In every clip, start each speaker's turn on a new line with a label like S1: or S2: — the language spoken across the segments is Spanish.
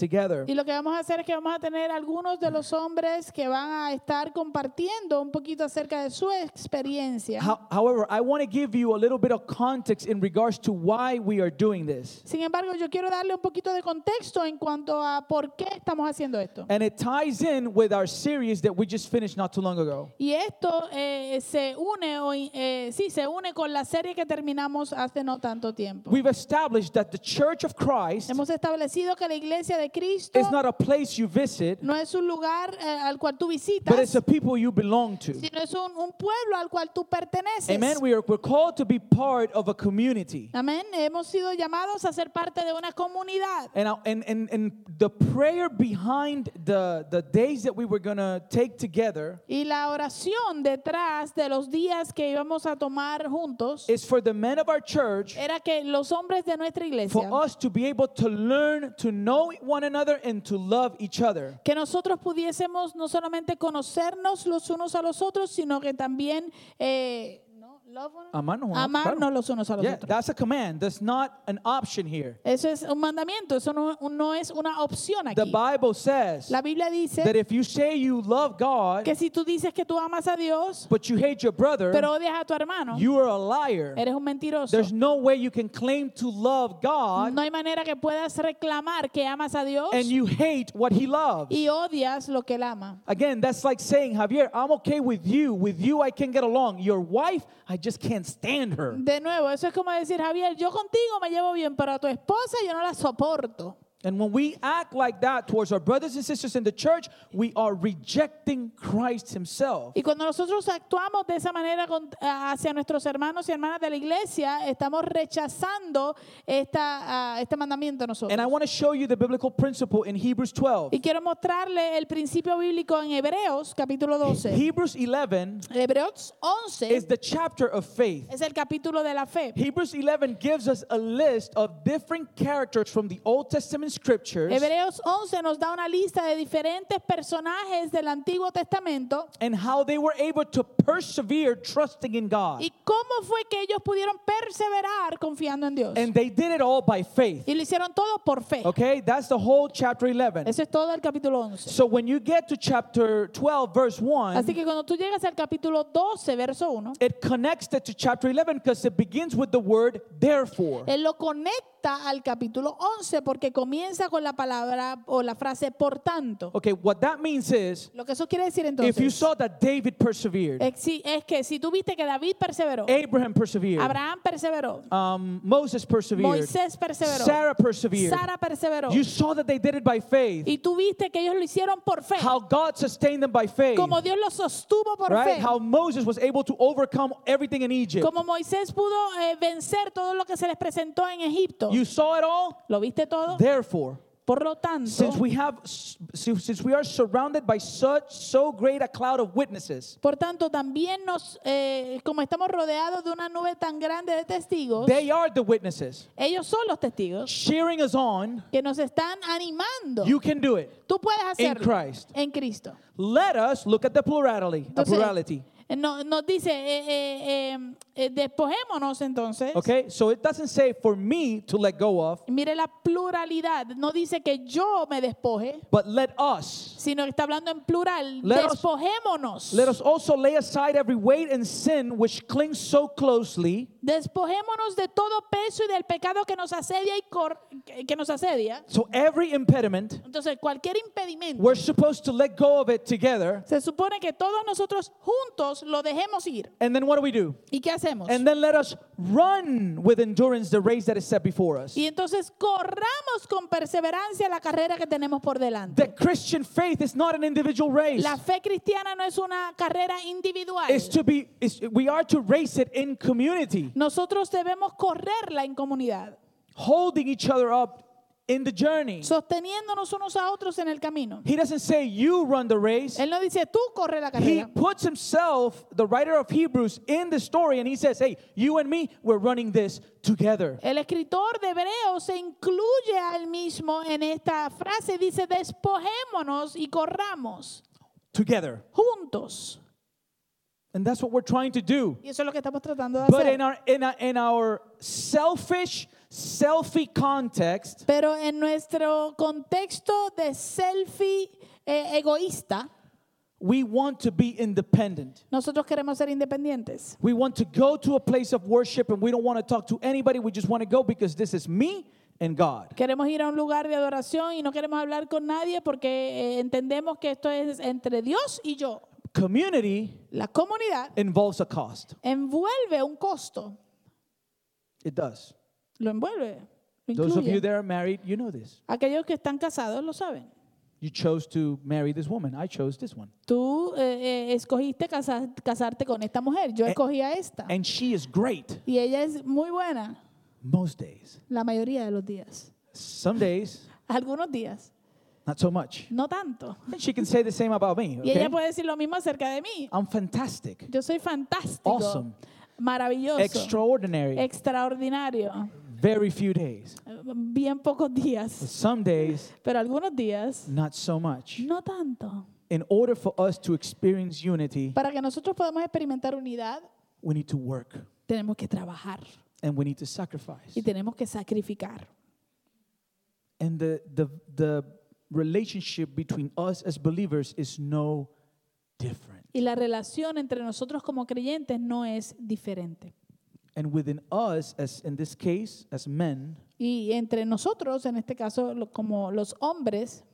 S1: together.
S2: Y lo que vamos a hacer es que vamos a tener algunos de los hombres que van a estar compartiendo un poquito acerca de su experiencia.
S1: How, however, I want to give you a little bit of context in regards to why we are doing this.
S2: Sin embargo, yo quiero darle un poquito de contexto en cuanto a por qué estamos haciendo esto.
S1: And it ties in with our series that we just finished not too long ago.
S2: Y esto eh, se une o, eh, sí, se une con la serie que terminamos hace no tanto tiempo.
S1: We've established that the Church of Christ
S2: Hemos establecido que la iglesia de Cristo
S1: is not a place you visit,
S2: no es un lugar eh, al cual tú
S1: but it's
S2: visitas,
S1: a people you belong to.
S2: sino es un, un pueblo al cual tú perteneces.
S1: Amen. We are, we're called to be part of a community.
S2: Amén. Hemos sido llamados a ser parte de una comunidad.
S1: And, I- and, and, and the prayer behind the, the days that we were going to take together
S2: Y la oración detrás de los días que íbamos a tomar juntos
S1: is for the men of our church,
S2: era que los hombres de nuestra iglesia,
S1: for us to be able to learn to know one another and to love each other.
S2: que nosotros pudiésemos no solamente conocernos los unos a los otros, sino que también eh, ¿no? Love one another.
S1: Amarnos, Ah, claro.
S2: amarnos los unos a los
S1: Yeah,
S2: otros.
S1: that's a command. That's not an option here.
S2: Eso es un mandamiento, eso no, no es una opción
S1: The
S2: aquí.
S1: Bible says
S2: La Biblia
S1: that
S2: dice
S1: if you say you love God,
S2: que si tú dices que tú amas a Dios,
S1: but you hate your brother,
S2: pero odias a tu hermano,
S1: you are a liar.
S2: eres un mentiroso.
S1: There's no way you can claim to love God
S2: No hay manera que puedas reclamar que amas a Dios
S1: and you hate what he loves.
S2: y odias lo que él ama.
S1: Again, that's like saying, Javier, I'm okay with you. With you, I can get along. Your wife, I just can't stand her.
S2: De nuevo, eso es como decir, Javier, yo contigo me llevo bien, pero a tu esposa yo no la soporto.
S1: And when we act like that towards our brothers and sisters in the church, we are rejecting Christ himself.
S2: Y cuando nosotros actuamos de esa manera con- a- hacia nuestros hermanos y hermanas de la iglesia, estamos rechazando esta, ah, este mandamiento nosotros.
S1: And I want to show you the biblical principle in Hebrews 12.
S2: Y quiero mostrarle el principio bíblico en Hebreos, capítulo 12.
S1: Hebrews 11
S2: Hebreos 11
S1: is the chapter of faith.
S2: es el capítulo de la fe.
S1: Hebrews 11 gives us a list of different characters from the Old Testament scriptures
S2: Hebreos 11 nos da una lista de diferentes personajes del Antiguo Testamento
S1: and how they were able to persevere trusting in God.
S2: y cómo fue que ellos pudieron perseverar confiando en Dios.
S1: And they did it all by faith.
S2: Y lo hicieron todo por fe.
S1: Okay, that's the whole chapter 11.
S2: Eso es todo el capítulo 11.
S1: So when you get to chapter 12, verse 1,
S2: Así que cuando tú llegas al capítulo 12, verso 1,
S1: it connects it to chapter 11 because it begins with the word therefore.
S2: él lo conecta al capítulo 11 porque comienza con la palabra o la frase por tanto.
S1: Okay, what that means is
S2: Lo que eso quiere decir
S1: if you
S2: entonces
S1: saw that David persevered,
S2: es, si- es que si tú viste que David perseveró,
S1: Abraham persevered,
S2: Abraham perseveró,
S1: um, Moses persevered,
S2: Moisés perseveró,
S1: Sarah persevered.
S2: Sara perseveró,
S1: You saw that they did it by faith.
S2: y tú viste que ellos lo hicieron por fe,
S1: How God sustained them by faith.
S2: como Dios los sostuvo por
S1: Right?
S2: fe.
S1: How Moses was able to overcome everything in Egypt.
S2: Como Moisés pudo eh, vencer todo lo que se les presentó en Egipto.
S1: You saw it all?
S2: ¿Lo viste todo?
S1: Therefore,
S2: Por lo tanto,
S1: since we have since since we are surrounded by such so great a cloud of witnesses,
S2: por tanto también nos, eh, como estamos rodeados de una nube tan grande de testigos,
S1: they are the witnesses.
S2: ellos son los testigos
S1: cheering us on,
S2: que nos están animando.
S1: you can do it.
S2: Tú puedes
S1: In
S2: hacerlo
S1: Christ.
S2: en Cristo.
S1: Let us look at the plurality. The
S2: Entonces,
S1: plurality.
S2: eh, no- nos dice, eh, eh, eh, eh, despojémonos entonces.
S1: Okay? So it doesn't say for me to let go of,
S2: Mire la pluralidad. No dice que yo me despoje,
S1: but let us.
S2: sino que está hablando en plural.
S1: Let us-
S2: despojémonos.
S1: Let us also lay aside every weight and sin which clings so closely,
S2: Despojémonos de todo peso y del pecado que nos asedia y cor- que que nos asedia.
S1: so every impediment.
S2: Entonces, cualquier impedimento,
S1: We're supposed to let go of it together.
S2: se supone que todos nosotros juntos lo dejemos ir.
S1: And then what do we do?
S2: ¿Y qué hacemos?
S1: And then let us run with endurance the race that is set before us.
S2: Y entonces corramos con perseverancia la carrera que tenemos por
S1: The
S2: delante.
S1: Christian faith is not an individual race.
S2: La fe cristiana no es una carrera individual.
S1: It's to be it's, we are to race it in community.
S2: Nosotros debemos correrla en comunidad,
S1: holding each other up in the journey.
S2: sosteniéndonos unos a otros en el camino.
S1: He doesn't say you run the race.
S2: Él no dice, tú corre la
S1: He
S2: carrera.
S1: puts himself, the writer of Hebrews, in the story and he says, Hey, you and me, we're running this together.
S2: El escritor de Hebreos se incluye al mismo en esta frase. Dice, despojémonos y corramos
S1: Together.
S2: juntos.
S1: And that's what we're trying to do.
S2: Y eso es lo que estamos tratando de
S1: But in
S2: hacer.
S1: our in, our in our selfish, selfie context,
S2: Pero en nuestro contexto de selfie eh, egoísta,
S1: we want to be independent.
S2: nosotros queremos ser independientes.
S1: We want to go to a place of worship and we don't want to talk to anybody. We just want to go because this is me and God.
S2: Queremos ir a un lugar de adoración y no queremos hablar con nadie porque eh, entendemos que esto es entre Dios y yo.
S1: Community
S2: La comunidad
S1: involves a cost.
S2: envuelve un costo,
S1: It does.
S2: lo envuelve, lo
S1: Those of you
S2: incluye.
S1: that are married, you know this.
S2: Aquellos que están casados lo saben.
S1: You chose to marry this woman. I chose this one.
S2: Tú eh, eh, escogiste casa- casarte con esta mujer, yo
S1: Eh,
S2: escogí a esta.
S1: And she is great
S2: Y ella es muy buena
S1: most days.
S2: la mayoría de los días.
S1: Some days,
S2: Algunos días,
S1: not so much.
S2: no tanto.
S1: And she can say the same about me.
S2: Y
S1: Okay?
S2: ella puede decir lo mismo acerca de mí.
S1: I'm fantastic,
S2: Yo soy fantástico,
S1: Awesome.
S2: maravilloso,
S1: extraordinary,
S2: extraordinario.
S1: very few days.
S2: Bien pocos
S1: But
S2: días,
S1: some days,
S2: pero algunos días
S1: not so much.
S2: no tanto.
S1: In order for us to experience unity,
S2: Para que nosotros podamos experimentar unidad,
S1: we need to work
S2: tenemos que trabajar
S1: and we need to sacrifice.
S2: y tenemos que sacrificar.
S1: And the, the, the relationship between us as believers is no different.
S2: Y la relación entre nosotros como creyentes no es diferente.
S1: And within us, as in this case, as men,
S2: Y entre nosotros, en este caso lo- como los hombres,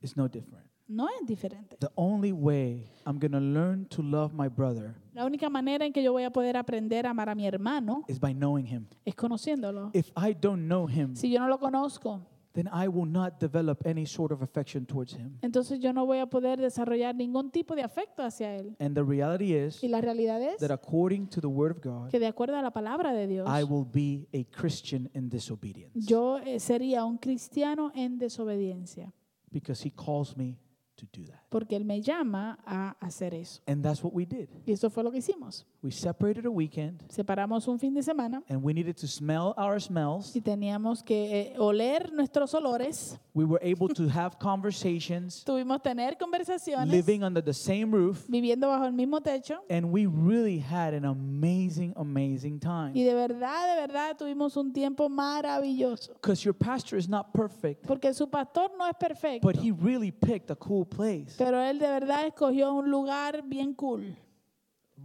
S1: is no different.
S2: no es diferente.
S1: The only way I'm going to learn to love my brother
S2: La única manera en que yo voy a poder aprender a amar a mi hermano
S1: is by knowing him.
S2: es conociéndolo.
S1: If I don't know him,
S2: Si yo no lo conozco,
S1: then I will not develop any sort of affection towards him.
S2: entonces yo no voy a poder desarrollar ningún tipo de afecto hacia él.
S1: And the reality is
S2: Y la realidad es
S1: that according to the word of God,
S2: que de acuerdo a la palabra de Dios,
S1: I will be a Christian in disobedience
S2: yo eh, sería un cristiano en desobediencia,
S1: because he calls me to do that.
S2: porque Él me llama a hacer eso.
S1: And that's what we did.
S2: Y eso fue lo que hicimos.
S1: We separated a weekend
S2: Separamos un fin de semana
S1: and we needed to smell our smells.
S2: y teníamos que eh, oler nuestros olores,
S1: We were able to have conversations
S2: tuvimos tener conversaciones,
S1: living under the same roof.
S2: viviendo bajo el mismo techo.
S1: And we really had an amazing, amazing
S2: Y
S1: time.
S2: de verdad, de verdad tuvimos un tiempo maravilloso.
S1: Because your pastor is not perfect,
S2: Porque su pastor no es perfecto,
S1: but he really picked a cool place.
S2: pero él de verdad escogió un lugar bien cool,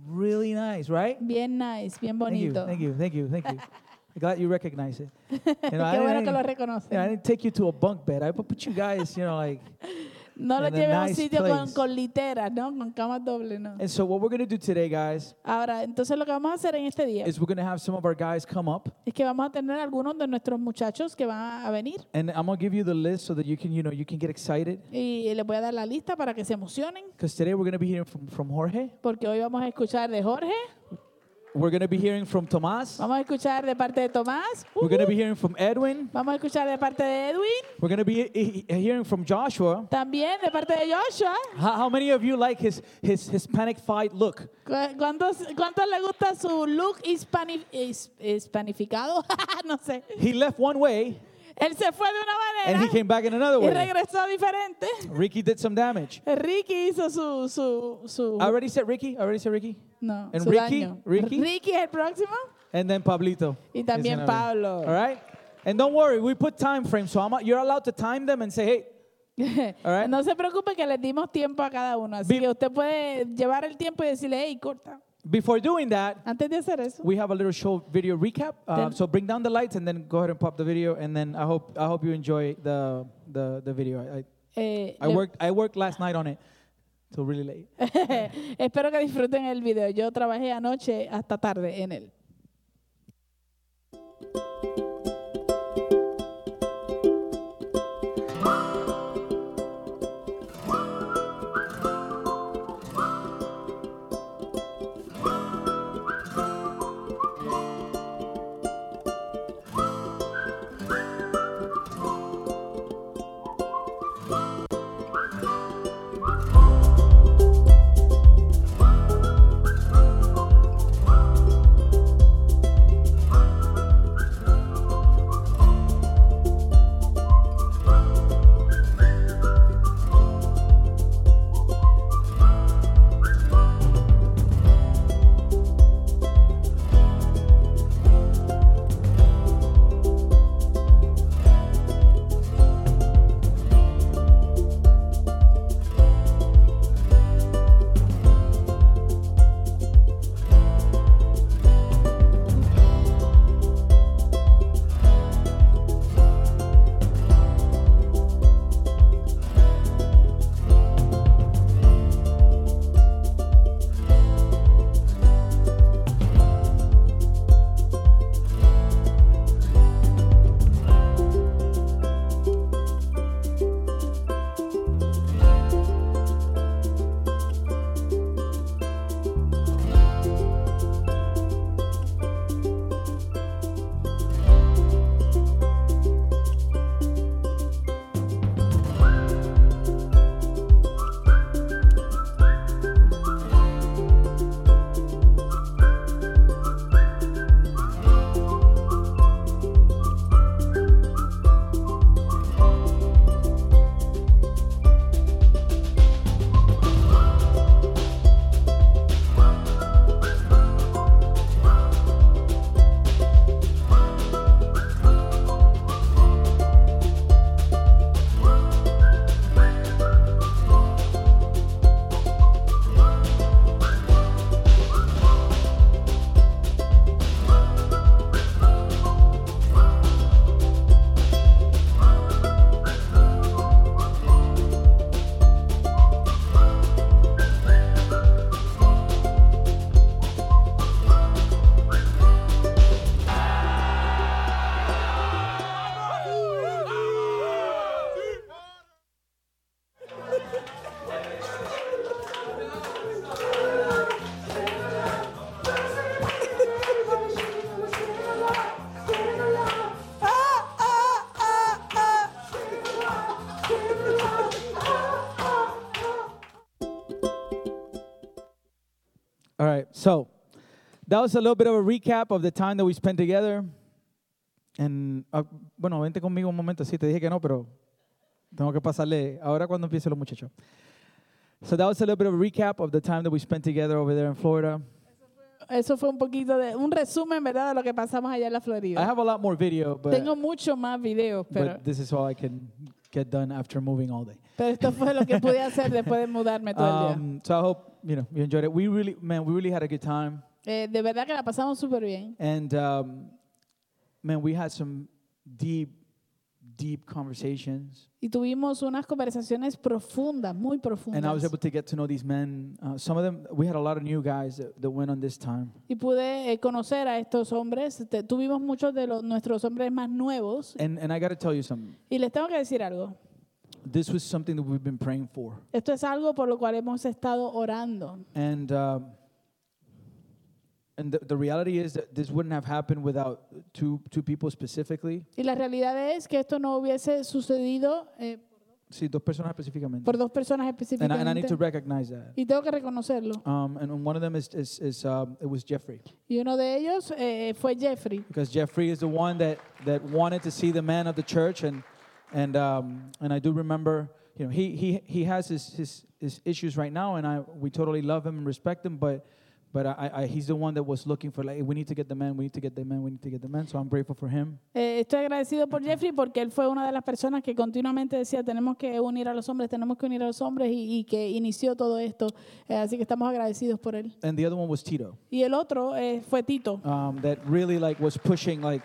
S1: Really nice, right?
S2: bien nice, bien
S1: Thank you,
S2: bonito.
S1: thank you, thank you, thank you. I'm glad you recognize it. You know, I,
S2: Qué bueno
S1: didn't-
S2: que lo
S1: yeah, I
S2: reconocen.
S1: didn't take you to a bunk bed. I put you guys, you know, like.
S2: No lo
S1: in a
S2: lleve a un
S1: nice
S2: sitio con,
S1: place.
S2: con literas, ¿no? Con camas dobles, ¿no?
S1: And so, what we're going to do today, guys,
S2: Ahora, entonces lo que vamos a hacer en este día
S1: is we're going to have some of our guys come up.
S2: es que vamos a tener algunos de nuestros muchachos que van a venir
S1: And I'm going to give you the list so that you can, you know, you can get excited.
S2: y les voy a dar la lista para que se emocionen,
S1: Because today we're going to be hearing from, from Jorge.
S2: porque hoy vamos a escuchar de Jorge,
S1: We're going to be hearing from Tomás.
S2: vamos a escuchar de parte de Tomás, uh,
S1: We're going to be hearing from Edwin.
S2: vamos a escuchar de parte de Edwin,
S1: We're going to be he- he- hearing from Joshua.
S2: también de parte de Joshua.
S1: How, how many of you like his, his Hispanic-fied look?
S2: ¿Cu- ¿Cuántos, cuántos le gusta su look hispani- his- hispanificado? no sé.
S1: He left one way
S2: Él se fue de una
S1: and he
S2: manera
S1: came back in another
S2: y
S1: way.
S2: regresó diferente.
S1: Ricky did some damage.
S2: Ricky hizo su, su, su,
S1: I already said Ricky. I already said Ricky.
S2: no,
S1: and
S2: su
S1: Ricky,
S2: daño.
S1: Ricky?
S2: es el próximo.
S1: And then Pablito.
S2: Y
S1: is
S2: también
S1: another.
S2: Pablo.
S1: All right? And don't worry, we put time frame, so I'm, you're allowed to time them and say, hey, All right.
S2: No se preocupe que les dimos tiempo a cada uno. Así
S1: Be-
S2: que usted puede llevar el tiempo y decirle, hey, corta.
S1: before doing that,
S2: Antes de hacer eso.
S1: we have a little show video recap. Uh,
S2: Then-
S1: so bring down the lights and then go ahead and pop the video. And then I hope I hope you enjoy the the, the video. I,
S2: eh,
S1: I, I
S2: le-
S1: worked I worked last night on it till really late.
S2: Espero que disfruten el video. Yo trabajé anoche hasta tarde en él.
S1: All right. So that was a little bit of a recap of the time that we spent together. And ah, bueno, vente conmigo un momento. Sí, te dije que no, pero tengo que pasarle ahora cuando empiece los muchachos. So that was a little bit of a recap of the time that we spent together over there in Florida.
S2: Eso fue un poquito de un resumen, ¿verdad?, de lo que pasamos allá en la
S1: I
S2: Florida.
S1: have a lot more video, but,
S2: Tengo mucho más videos, pero,
S1: but this is all I can get done after moving all day.
S2: pero esto fue lo que pude hacer después de mudarme todo el día.
S1: Um, so I hope you know you enjoyed it. We really, man, we really had a good time,
S2: Eh, de verdad que la pasamos súper bien.
S1: and um, man, we had some deep, deep conversations,
S2: Y tuvimos unas conversaciones profundas, muy
S1: and I was
S2: profundas.
S1: able to get to know these men. Uh, some of them, we had a lot of new guys that, that went on this time,
S2: Y pude eh, conocer a estos hombres. Te- tuvimos muchos de los, nuestros hombres más nuevos.
S1: and and I got to tell you something.
S2: Y les tengo que decir algo.
S1: This was something that we've been praying for,
S2: Esto es algo por lo cual hemos estado orando.
S1: and. Um, and the, the reality is that this wouldn't have happened without two, two people specifically.
S2: Y la realidad es que esto no hubiese sucedido eh,
S1: Sí, dos personas específicamente.
S2: por dos personas
S1: And I, and I need to
S2: específicamente.
S1: recognize that.
S2: Y tengo que reconocerlo.
S1: Um, and one of them is, is, is um, it was Jeffrey
S2: Y uno de ellos eh, fue Jeffrey.
S1: because Jeffrey is the one that, that wanted to see the man of the church and and um, and I do remember you know he he, he has his, his his issues right now and I we totally love him and respect him but but I, I he's the one that was looking for like we need to get the man we need to get the man we need to get the man so I'm grateful for him
S2: Eh, estoy agradecido por Jeffrey porque él fue una de las personas que continuamente decía tenemos que unir a los hombres, tenemos que unir a los hombres y, y que inició todo esto. Eh, así que estamos agradecidos por él.
S1: and the other one was Tito
S2: Y el otro eh, fue Tito,
S1: um, that really like was pushing like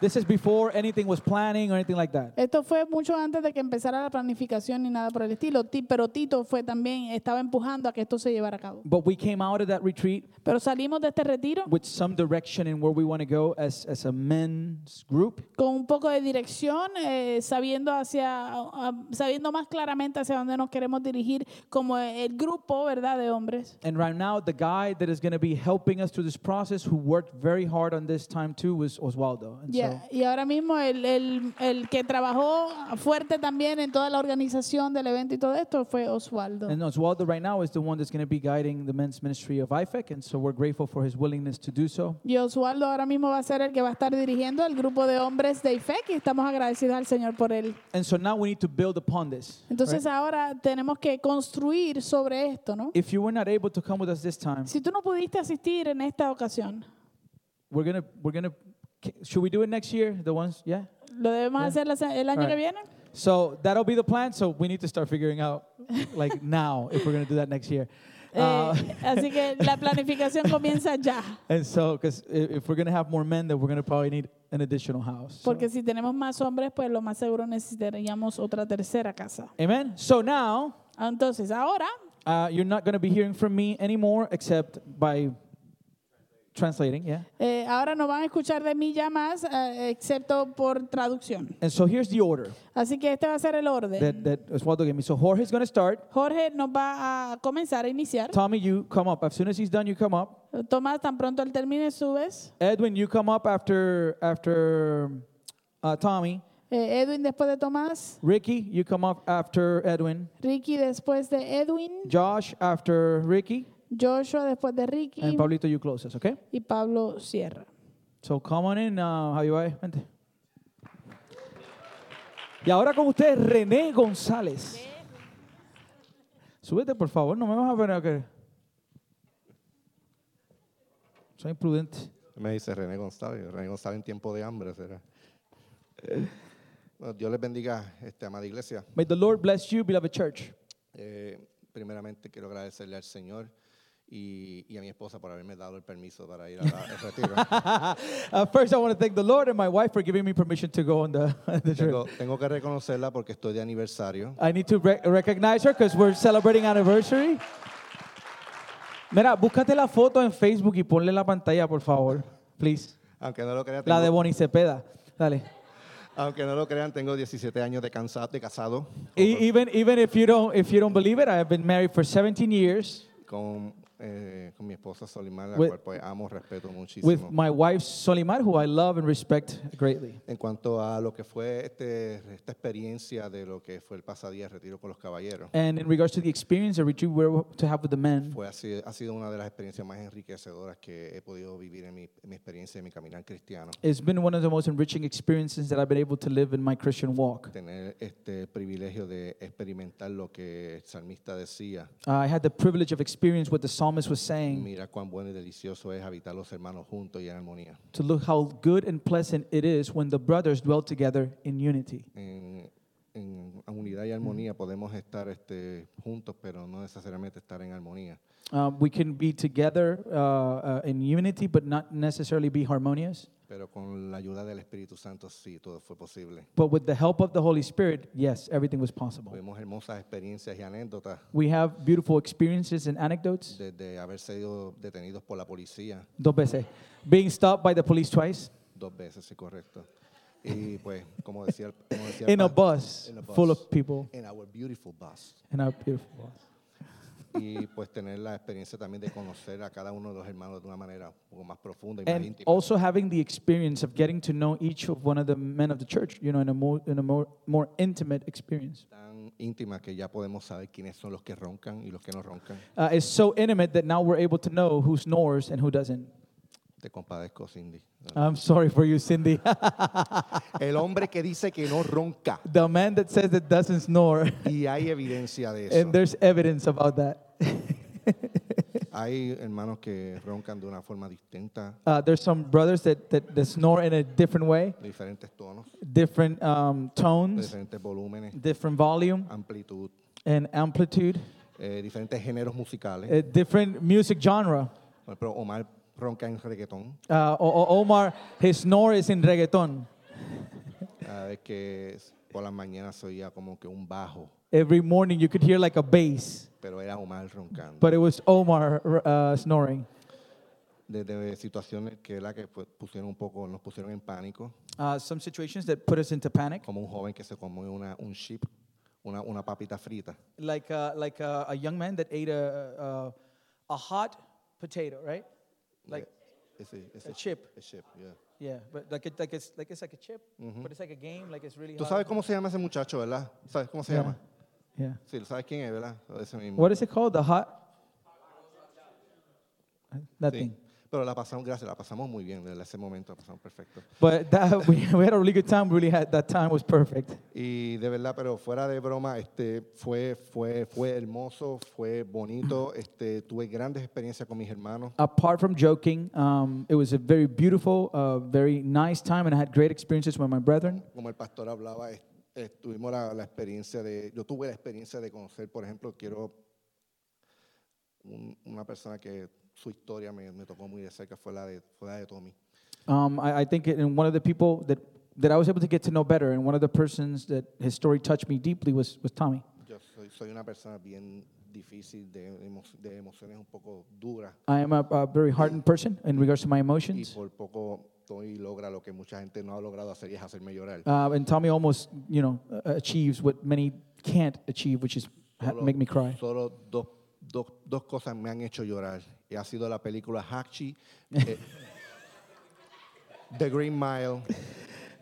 S1: this is before anything was planning or anything like that
S2: Esto fue mucho antes de que empezara la planificación ni nada por el estilo, Ti- pero Tito fue también, estaba empujando a que esto se llevara a cabo.
S1: but we came out of that retreat
S2: Pero salimos de este retiro
S1: with some direction in where we want to go as, as a men's group.
S2: con un poco de dirección, eh, sabiendo, hacia, a- a- sabiendo más claramente hacia dónde nos queremos dirigir como el grupo ¿verdad? de hombres.
S1: And right now, the guy that is going to be helping us through this process, who worked very hard on this time too, was Oswaldo. And
S2: Ya, Y ahora mismo el, el- el que trabajó fuerte también en toda la organización del evento y todo esto fue Oswaldo.
S1: so, and Oswaldo right now is the one that's going to be guiding the men's ministry of IFEC. And so we're grateful for his willingness to do so.
S2: Y Oswaldo ahora mismo va a ser el que va a estar dirigiendo el grupo de hombres de IFEC y estamos agradecidos al Señor por él.
S1: And so now we need to build upon this.
S2: Entonces
S1: right?
S2: ahora tenemos que construir sobre esto, ¿no?
S1: If you were not able to come with us this time,
S2: Si tú no pudiste asistir en esta ocasión,
S1: we're going to, we're going to, should we do it next year? The ones, yeah?
S2: ¿lo debemos hacer la se- el año que
S1: Alright.
S2: viene?
S1: So that'll be the plan. So we need to start figuring out like now if we're going to do that next year.
S2: Eh,
S1: Uh,
S2: así que la planificación comienza ya,
S1: And so, because if we're going to have more men, then we're going to probably need an additional house. So-
S2: porque si tenemos más hombres, pues lo más seguro necesitaríamos otra tercera casa.
S1: Amen. So now,
S2: Entonces ahora
S1: uh, you're not going to be hearing from me anymore except by translating, yeah?
S2: eh, ahora no van a escuchar de mí ya más, eh, excepto por traducción.
S1: And so here's the order
S2: Así que este va a ser el orden.
S1: that, that Oswaldo gave me. So Jorge's going to start.
S2: Jorge nos va a comenzar a iniciar.
S1: Tommy, you come up. As soon as he's done, you come up.
S2: Tomás, tan pronto él termine, subes.
S1: Edwin, you come up after, after uh, Tommy.
S2: Eh, Edwin después de Tomás.
S1: Ricky, you come up after Edwin.
S2: Ricky después de Edwin.
S1: Josh after Ricky.
S2: Joshua después de
S1: And
S2: Ricky.
S1: Pablito, you close us, okay?
S2: Y Pablo cierra.
S1: So come on in, uh, Javi Baez, vente. Y ahora con ustedes René González. Súbete, por favor, no me vas a poner que. Soy imprudente.
S3: Me dice René González. René González en tiempo de hambre será. Bueno, Dios les bendiga, este, amada iglesia.
S1: May the Lord bless you, beloved church.
S3: Eh, primeramente quiero agradecerle al Señor y, y a mi esposa por haberme dado el permiso para ir a la- al retiro.
S1: Uh, first, I want to thank the Lord and my wife for giving me permission to go on the, the trip.
S3: Tengo, tengo que reconocerla porque estoy de aniversario.
S1: I need to rec- recognize her because we're celebrating anniversary. Mira, búscate la foto en Facebook y ponle en la pantalla, por favor. Please.
S3: Aunque no lo crean,
S1: La de
S3: tengo,
S1: Bonnie Cepeda. Dale.
S3: aunque no lo crean, tengo 17 años de, cansa- de casado
S1: E- Even even if you don't if you don't believe it, I have been married for 17 years
S3: con eh, con mi esposa Solimar, la
S1: With-
S3: cual pues amo, respeto muchísimo.
S1: with my wife Solimar, who I love and respect greatly.
S3: En cuanto a lo que fue este- esta experiencia de lo que fue el pasadía de retiro con los caballeros,
S1: And in regards to the experience that retreat we were to have with the men,
S3: fue, ha, sido, ha sido una de las experiencias más enriquecedoras que he podido vivir en mi, en mi experiencia, en mi caminar cristiano.
S1: it's been one of the most enriching experiences that I've been able to live in my Christian walk.
S3: Tener este privilegio de experimentar lo que el salmista decía,
S1: Uh, I had the privilege of experience what the psalmist was saying,
S3: mira cuán bueno y delicioso es habitar los hermanos juntos y en armonía.
S1: to look how good and pleasant it is when the brothers dwell together in unity.
S3: En, en unidad y armonía podemos estar este, juntos, pero no necesariamente estar en armonía.
S1: Um, we can be together uh, uh, in unity, but not necessarily be harmonious.
S3: Pero con la ayuda del Espíritu Santo sí, todo fue posible.
S1: But with the help of the Holy Spirit, yes, everything was possible.
S3: Tuvimos hermosas experiencias y anécdotas
S1: We have beautiful experiences and anecdotes.
S3: desde haber sido detenidos por la policía
S1: Dos veces. Being stopped by the police twice
S3: dos veces, sí, correcto. Y pues, como decía, el- como decía el
S1: in a
S3: pa-
S1: bus
S3: in a
S1: full
S3: bus.
S1: of people
S3: in our beautiful bus.
S1: in a beautiful bus.
S3: Y pues tener la experiencia también de conocer a cada uno de los hermanos de una manera un poco más profunda y más
S1: And
S3: íntima.
S1: also having the experience of getting to know each of one of the men of the church, you know, in a more, in a more, more intimate experience.
S3: Tan íntima que ya podemos saber quiénes son los que roncan y los que no roncan.
S1: Uh, it's so intimate that now we're able to know who snores and who doesn't.
S3: Te compadezco, Cindy.
S1: I'm sorry for you, Cindy.
S3: El hombre que dice que no ronca.
S1: the man that says that doesn't snore,
S3: Y hay evidencia de eso.
S1: and there's evidence about that.
S3: Hay hermanos que roncan de una forma distinta,
S1: Uh, there's some brothers that, that, that snore in a different way,
S3: de diferentes tonos,
S1: different um,
S3: de
S1: tones,
S3: diferentes volúmenes,
S1: different volume
S3: amplitud,
S1: and amplitude,
S3: eh, diferentes géneros musicales.
S1: a different music genre.
S3: Por ejemplo, Omar ronca en reggaetón,
S1: Uh, O- O- Omar, his snore is in reggaeton.
S3: cada vez que s- por las mañanas se oía como que un bajo,
S1: Every morning you could hear like a bass,
S3: pero era Omar roncando.
S1: but it was Omar uh, snoring.
S3: Desde situaciones que la que pues, pusieron un poco, nos pusieron en pánico,
S1: Uh, some situations that put us into panic,
S3: como un joven que se comió una, un chip, una, una papita frita,
S1: like, uh, like uh, a young man that ate a, a, a hot potato, right? Like,
S3: Ese- ese
S1: A chip.
S3: a chip, yeah. Mm-hmm.
S1: yeah, but like, it, like, it's, like it's like a chip, but it's like a game, like it's really
S3: Tú
S1: hot.
S3: sabes cómo se llama ese muchacho, ¿verdad? ¿Sabes cómo se
S1: Yeah.
S3: llama?
S1: Yeah.
S3: Sí, ¿sabes quién es, verdad? Ese mismo.
S1: What is it called? The hot?
S3: Sí.
S1: Nothing.
S3: Pero la pasamos, gracias, la pasamos muy bien, desde ese momento la pasamos perfecto.
S1: But that, we, we had a really good time. Really had that time was perfect.
S3: Y de verdad, pero fuera de broma, este, fue, fue, fue hermoso, fue bonito, este, tuve grandes experiencias con mis hermanos.
S1: Apart from joking, um, it was a very beautiful, uh, very nice time, and I had great experiences with my brethren.
S3: Como el pastor hablaba, es- es- tuvimos la, la experiencia de, yo tuve la experiencia de conocer, por ejemplo, quiero un- una persona que su historia me, me tocó muy de cerca, fue la de, fue la de Tommy.
S1: Um, I, I think it, and one of the people that that I was able to get to know better, and one of the persons that his story touched me deeply was was Tommy.
S3: Yo soy, soy una persona bien difícil, de, emo- de emociones un poco duras.
S1: I am a, a very hardened person in regards to my
S3: Y
S1: emotions,
S3: por poco Tommy logra lo que mucha gente no ha logrado hacer y es hacerme llorar.
S1: uh, and Tommy almost, you know, uh, achieves what many can't achieve, which is ha-
S3: Solo-
S1: Ah, make me cry.
S3: Solo dos, dos, dos cosas me han hecho llorar. Y ha sido la película Hachi, eh, The Green Mile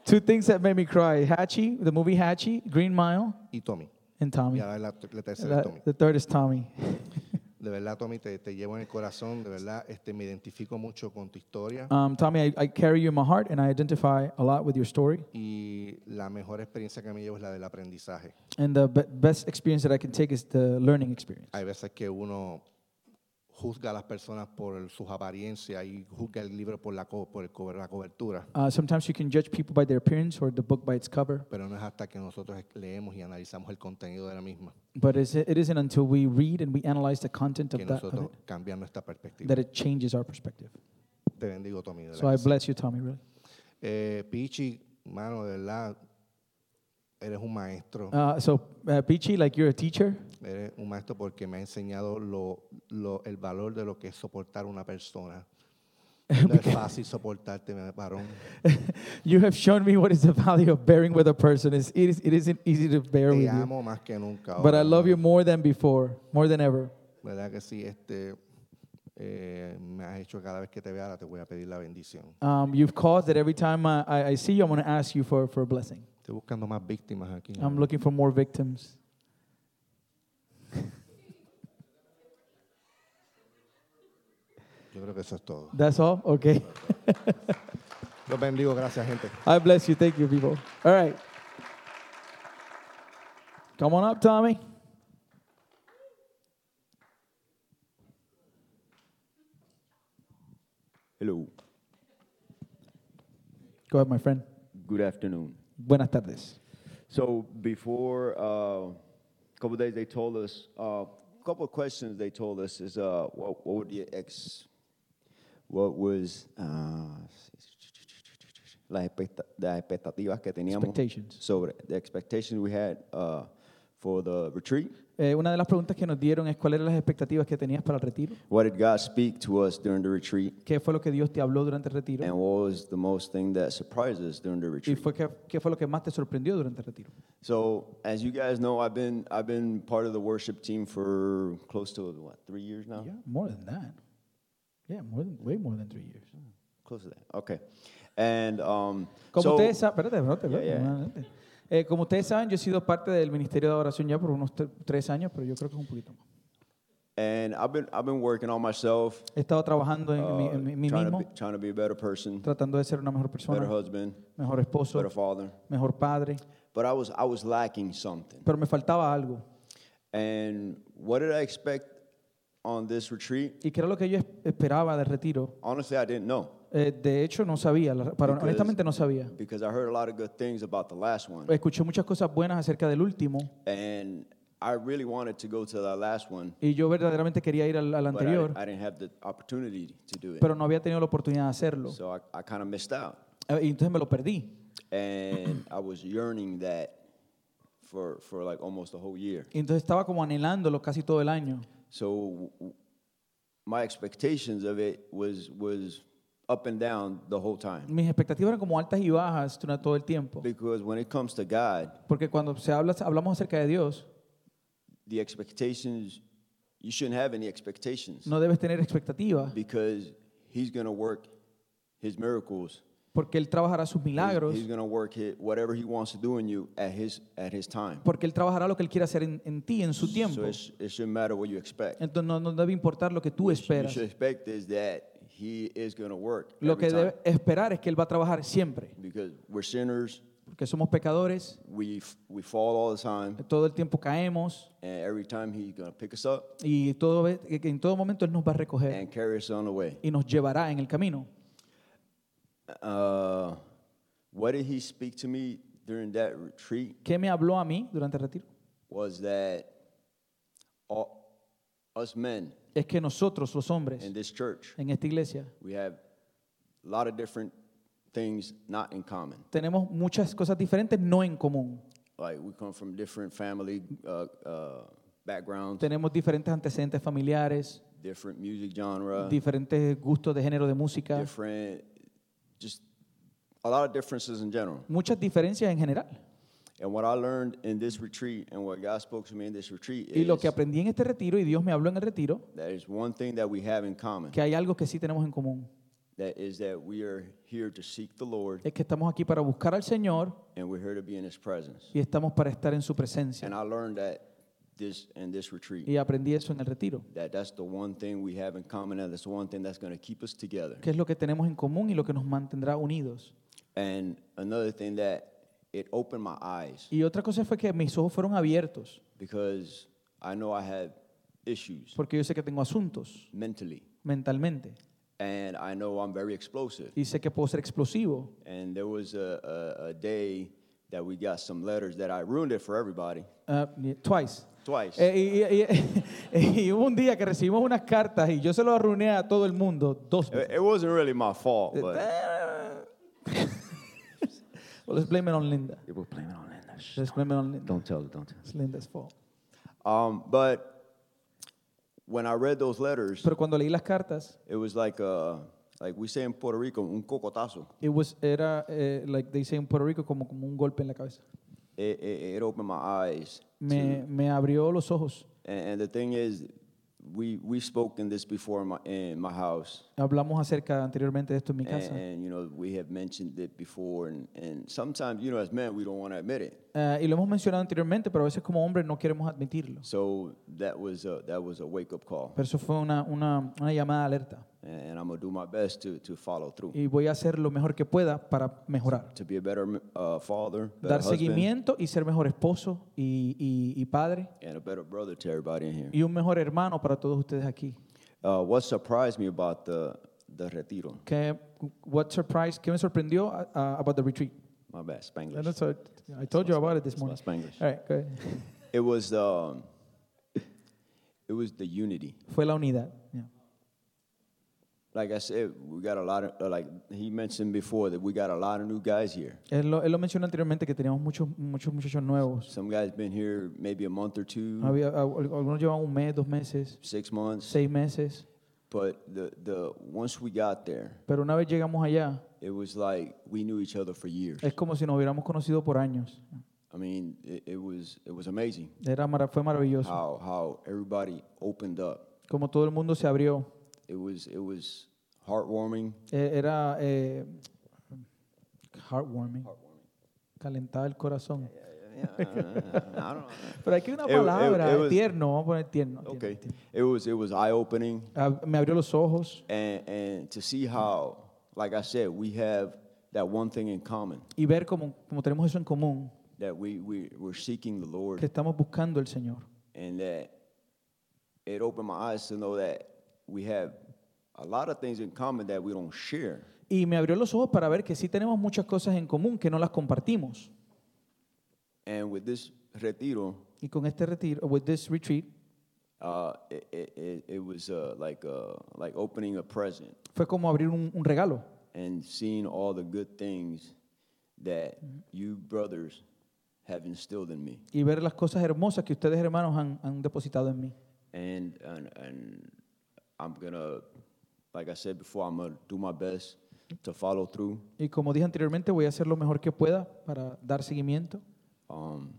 S1: Two things that made me cry: Hatchie, the movie Hatchie, Green Mile,
S3: y Tommy.
S1: and
S3: Y
S1: Tommy.
S3: ahora la, la tercera
S1: The,
S3: es Tommy.
S1: the third is Tommy.
S3: De verdad, Tommy, te, te llevo en el corazón. De verdad, este, me identifico mucho con tu historia.
S1: Um, Tommy, I, I carry you in my heart, and I identify a lot with your story.
S3: Y la mejor experiencia que me llevo es la del aprendizaje.
S1: And the be- best experience that I can take is the learning experience.
S3: Hay veces que uno juzga a las personas por sus apariencias y juzga el libro por la, co- por el cover- la cobertura.
S1: Uh, sometimes you can judge people by their appearance or the book by its cover,
S3: Pero no es hasta que nosotros leemos y analizamos el contenido de la misma.
S1: but is it, it isn't until we read and we analyze the content
S3: que
S1: of that, of
S3: nosotros
S1: it,
S3: cambiamos nuestra perspectiva.
S1: that it changes our perspective.
S3: Te bendigo, Tommy. de verdad
S1: So I
S3: que sí.
S1: bless you, Tommy, really.
S3: Eh, Pichi, mano, de verdad, eres un maestro.
S1: Uh, so, uh, Peachy, like you're a teacher,
S3: Eres un maestro porque me ha enseñado lo, lo- el valor de lo que es soportar una persona. No es fácil soportarte, varón.
S1: you have shown me what is the value of bearing with a person. It's, it, is, it isn't easy to bear with
S3: Te
S1: you.
S3: amo más que nunca.
S1: But
S3: ahora,
S1: I love you
S3: hermano.
S1: more than before, more than ever.
S3: ¿Verdad que sí? Este, eh, me has hecho cada vez que te vea, ahora te voy a pedir la bendición.
S1: Um, you've caused that every time I, I, I see you, I'm going to ask you for, for a blessing.
S3: Estoy buscando más víctimas aquí.
S1: I'm looking for more victims.
S3: Yo creo que eso es todo.
S1: That's all? Okay.
S3: Los bendigo, gracias gente.
S1: I bless you. Thank you, people. All right. Come on up, Tommy.
S4: Hello.
S1: Go ahead, my friend.
S4: Good afternoon.
S1: Buenas tardes.
S4: So before uh, a couple of days, they told us uh, a couple of questions. They told us is uh, what, what would your ex, what was uh, las expecta- las expectativas que teníamos
S1: Expectations.
S4: sobre the expectations we had uh, for the retreat.
S1: Eh, una de las preguntas que nos dieron es cuáles eran las expectativas que tenías para el retiro.
S4: What did God speak to us during the retreat?
S1: ¿Qué fue lo que Dios te habló durante el
S4: And
S1: retiro?
S4: what was the most thing that surprised us during the
S1: ¿Y
S4: retreat?
S1: fue qué, qué fue lo que más te sorprendió durante el retiro?
S4: So, as you guys know, I've been I've been part of the worship team for close to what three years now.
S1: Yeah, more than that. Yeah, more than, way more than three years.
S4: Close to that. Okay. And um,
S1: Como
S4: so
S1: ustedes saben, espérate, espérate, espérate,
S4: Yeah, yeah.
S1: nuevamente. Eh, como ustedes saben, yo he sido parte del Ministerio de Adoración ya por unos tre- tres años, pero yo creo que es un poquito más.
S4: and I've been I've been working on myself,
S1: He estado trabajando en, mi,
S4: uh,
S1: en mí- mí
S4: trying to
S1: mismo,
S4: be, trying to be a better person,
S1: tratando de ser una mejor
S4: better
S1: persona,
S4: husband,
S1: mejor esposo,
S4: better father.
S1: mejor padre,
S4: But I was I was lacking something.
S1: pero me faltaba algo.
S4: And what did I expect on this retreat?
S1: ¿Y qué era lo que yo es- esperaba del retiro?
S4: Honestly, I didn't know
S1: Eh, de hecho, no sabía, la- para-
S4: Because-
S1: honestamente no sabía.
S4: because I heard a lot of good things about the last one,
S1: Escuché muchas cosas buenas acerca del último
S4: and I really wanted to go to that last one.
S1: y yo verdaderamente quería ir al, al
S4: but I,
S1: anterior,
S4: I didn't have the opportunity to do it.
S1: pero no había tenido la oportunidad de hacerlo.
S4: so I, I kind of missed out.
S1: Eh, Y entonces me lo perdí.
S4: And I was yearning that for, for like almost a whole year.
S1: Y entonces estaba como anhelándolo casi todo el año.
S4: So w- w- my expectations of it was, was up and down the whole time.
S1: Mis expectativas eran como altas y bajas durante todo el tiempo.
S4: Because when it comes to God,
S1: Porque cuando se habla, hablamos acerca de Dios,
S4: the expectations, you shouldn't have any expectations.
S1: no debes tener expectativas,
S4: Because He's going to work His miracles.
S1: porque Él trabajará sus
S4: He's-
S1: milagros,
S4: He's, going to work hi- whatever He wants to do in you at His, at his time.
S1: porque Él trabajará lo que Él quiere hacer en, en ti, en su tiempo.
S4: So it, sh- it shouldn't matter what you expect.
S1: Entonces no, no debe importar lo que tú
S4: You
S1: esperas.
S4: should expect is that he is going to work
S1: Lo
S4: every
S1: que
S4: time.
S1: debe esperar es que Él va a trabajar siempre,
S4: because we're sinners.
S1: porque somos pecadores,
S4: We f- we fall all the time,
S1: todo el tiempo caemos
S4: and every time he's going to pick us up
S1: y todo, ve- que en todo momento Él nos va a recoger
S4: and carry us on the way.
S1: y nos llevará en el camino.
S4: Uh, what did he speak to me during that retreat?
S1: ¿Qué me habló a mí durante el retiro?
S4: Was that all, us men
S1: Es que nosotros, los hombres,
S4: in this church
S1: en esta iglesia,
S4: we have a lot of different things not in common.
S1: tenemos muchas cosas diferentes no en común.
S4: Like we come from different family uh, uh, backgrounds.
S1: Tenemos diferentes antecedentes familiares,
S4: different music genre,
S1: diferentes gustos de género de música,
S4: different, just a lot of differences in general.
S1: muchas diferencias en general.
S4: And what I learned in this retreat and what God spoke to me in this retreat
S1: Y
S4: is
S1: lo que aprendí en este retiro, y Dios me habló en el retiro,
S4: that is one thing that we have in common.
S1: que hay algo que sí tenemos en común.
S4: That is that we are here to seek the Lord
S1: Es que estamos aquí para buscar al Señor
S4: and we're here to be in His presence.
S1: y estamos para estar en su presencia.
S4: And I learned that this in this retreat.
S1: Y aprendí eso en el retiro,
S4: That that's the one thing we have in common, and that's the one thing that's going to keep us together.
S1: que es lo que tenemos en común y lo que nos mantendrá unidos.
S4: And another thing that it opened my eyes
S1: Y otra cosa fue que mis ojos fueron abiertos,
S4: because I know I have issues
S1: porque yo sé que tengo asuntos
S4: mentally.
S1: mentalmente
S4: and I know I'm very explosive.
S1: y sé que puedo ser explosivo.
S4: And there was a, a, a day that we got some letters that I ruined it for everybody
S1: Ah, twice.
S4: twice.
S1: Eh, y, y- y- y hubo un día que recibimos unas cartas y yo se lo arruiné a todo el mundo dos veces.
S4: It, it wasn't really my fault, but
S1: Well, let's blame it on Linda.
S4: people blame it on Linda.
S1: Let's blame it on Linda.
S4: tell it, don't tell.
S1: It's Linda's fault.
S4: Um, but when I read those letters,
S1: Pero cuando leí las cartas,
S4: it was like uh like we say in Puerto Rico, un cocotazo.
S1: it was, era, eh, like they say en Puerto Rico, como, como un golpe en la cabeza.
S4: It, it, it opened my eyes.
S1: Me, me abrió los ojos.
S4: And, and the thing is, we we've spoken this before in my, in my house,
S1: Hablamos acerca anteriormente de esto en mi
S4: and,
S1: casa.
S4: and, you know we have mentioned it before, and, and sometimes you know as men we don't want to admit it.
S1: Eh, y lo hemos mencionado anteriormente, pero a veces como hombres no queremos admitirlo.
S4: So that was a, that was a wake up call,
S1: Pero eso fue una, una, una llamada de alerta.
S4: and I'm gonna do my best to to follow through,
S1: Y voy a hacer lo mejor que pueda para mejorar.
S4: to be a better uh, father, better
S1: Dar
S4: husband,
S1: seguimiento y ser mejor esposo y, y- y padre.
S4: and a better brother to everybody in here.
S1: Y un mejor hermano para todos ustedes aquí.
S4: Uh, what surprised me about the the retiro,
S1: ¿Qué, what surprised- qué me sorprendió ah, ah, about the retreat?
S4: my bad Spanglish.
S1: And that's what- I told you about it this
S4: It's my
S1: morning.
S4: Spanglish.
S1: All right, go ahead.
S4: It was um, it was the unity.
S1: Fue la unidad. yeah.
S4: Like I said, we got a lot of uh, like he mentioned before that we got a lot of new guys here.
S1: Él lo, él lo mencionó anteriormente que teníamos muchos, muchos muchachos nuevos.
S4: Some guys been here maybe a month or two,
S1: Había, a- algunos llevan un mes, dos meses,
S4: six months.
S1: seis meses.
S4: But the the once we got there,
S1: Pero una vez llegamos allá,
S4: it was like we knew each other for years.
S1: es como si nos hubiéramos conocido por años.
S4: I mean, it, it was it was amazing
S1: Era, mara- fue maravilloso.
S4: how how everybody opened up.
S1: Como todo el mundo se abrió.
S4: It was it was heartwarming.
S1: Eh, Era eh, heartwarming. Calentaba el corazón.
S4: Yeah, I don't know.
S1: Pero aquí hay una
S4: It- it-
S1: palabra,
S4: it was-
S1: tierno, vamos a poner tierno. tierno,
S4: Okay,
S1: tierno.
S4: it was it was eye opening.
S1: Ah, me abrió los ojos
S4: and and to see how, like I said, we have that one thing in common
S1: y ver como, como tenemos eso en común,
S4: that we we we're seeking the
S1: que
S4: Lord,
S1: estamos buscando al Señor.
S4: and that it opened my eyes to know that we have a lot of things in common that we don't share.
S1: Y me abrió los ojos para ver que sí tenemos muchas cosas en común que no las compartimos.
S4: And with this retiro,
S1: Y con este retiro, with this retreat,
S4: uh, it, it, it, it was uh, like uh, like opening a present
S1: fue como abrir un, un regalo
S4: and seeing all the good things that you brothers have instilled in me.
S1: y ver las cosas hermosas que ustedes hermanos han, han depositado en mí.
S4: and and and I'm gonna, like I said before, I'm gonna do my best to follow through.
S1: Y como dije anteriormente, voy a hacer lo mejor que pueda para dar seguimiento
S4: Um,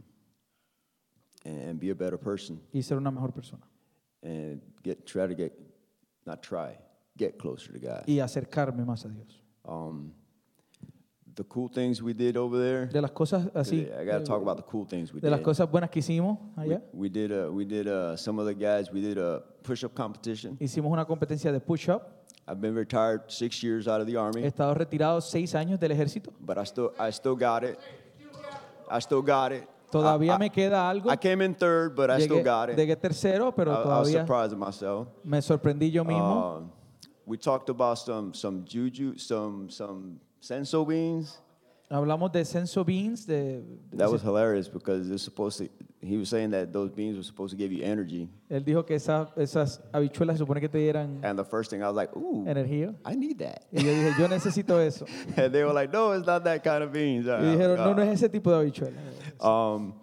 S4: and, and be a better person,
S1: y ser una mejor persona.
S4: and get try to get, not try, get closer to God.
S1: Y acercarme más a Dios.
S4: Um, the cool things we did over there.
S1: De las cosas así,
S4: I gotta talk about the cool things we
S1: de las
S4: did.
S1: cosas buenas que hicimos
S4: We,
S1: allá,
S4: we did uh, we did uh, some of the guys. We did a push-up competition.
S1: hicimos una competencia de push-up.
S4: I've been retired six years out of the army.
S1: He estado retirado seis años del ejército.
S4: but I still I still got it. I still got it.
S1: Todavía
S4: I, I-
S1: me queda algo.
S4: Ah, I came in third, but I still
S1: llegué,
S4: got it.
S1: llegué tercero,
S4: I,
S1: pero
S4: I was
S1: todavía
S4: surprised at myself.
S1: me sorprendí yo mismo.
S4: Um, we talked about some some juju, some some senso beans.
S1: Hablamos de senso beans, de, de-
S4: That was hilarious because it's supposed to. He was saying that those beans were supposed to give you energy,
S1: él dijo que esa- esas habichuelas se supone que te dieran
S4: and the first thing I was like, "Ooh,
S1: energía.
S4: I need that,"
S1: Y yo dije, yo necesito eso.
S4: and they were like, "No, it's not that kind of beans." Uh,
S1: Y dijeron, no, no es ese tipo de habichuela.
S4: Um,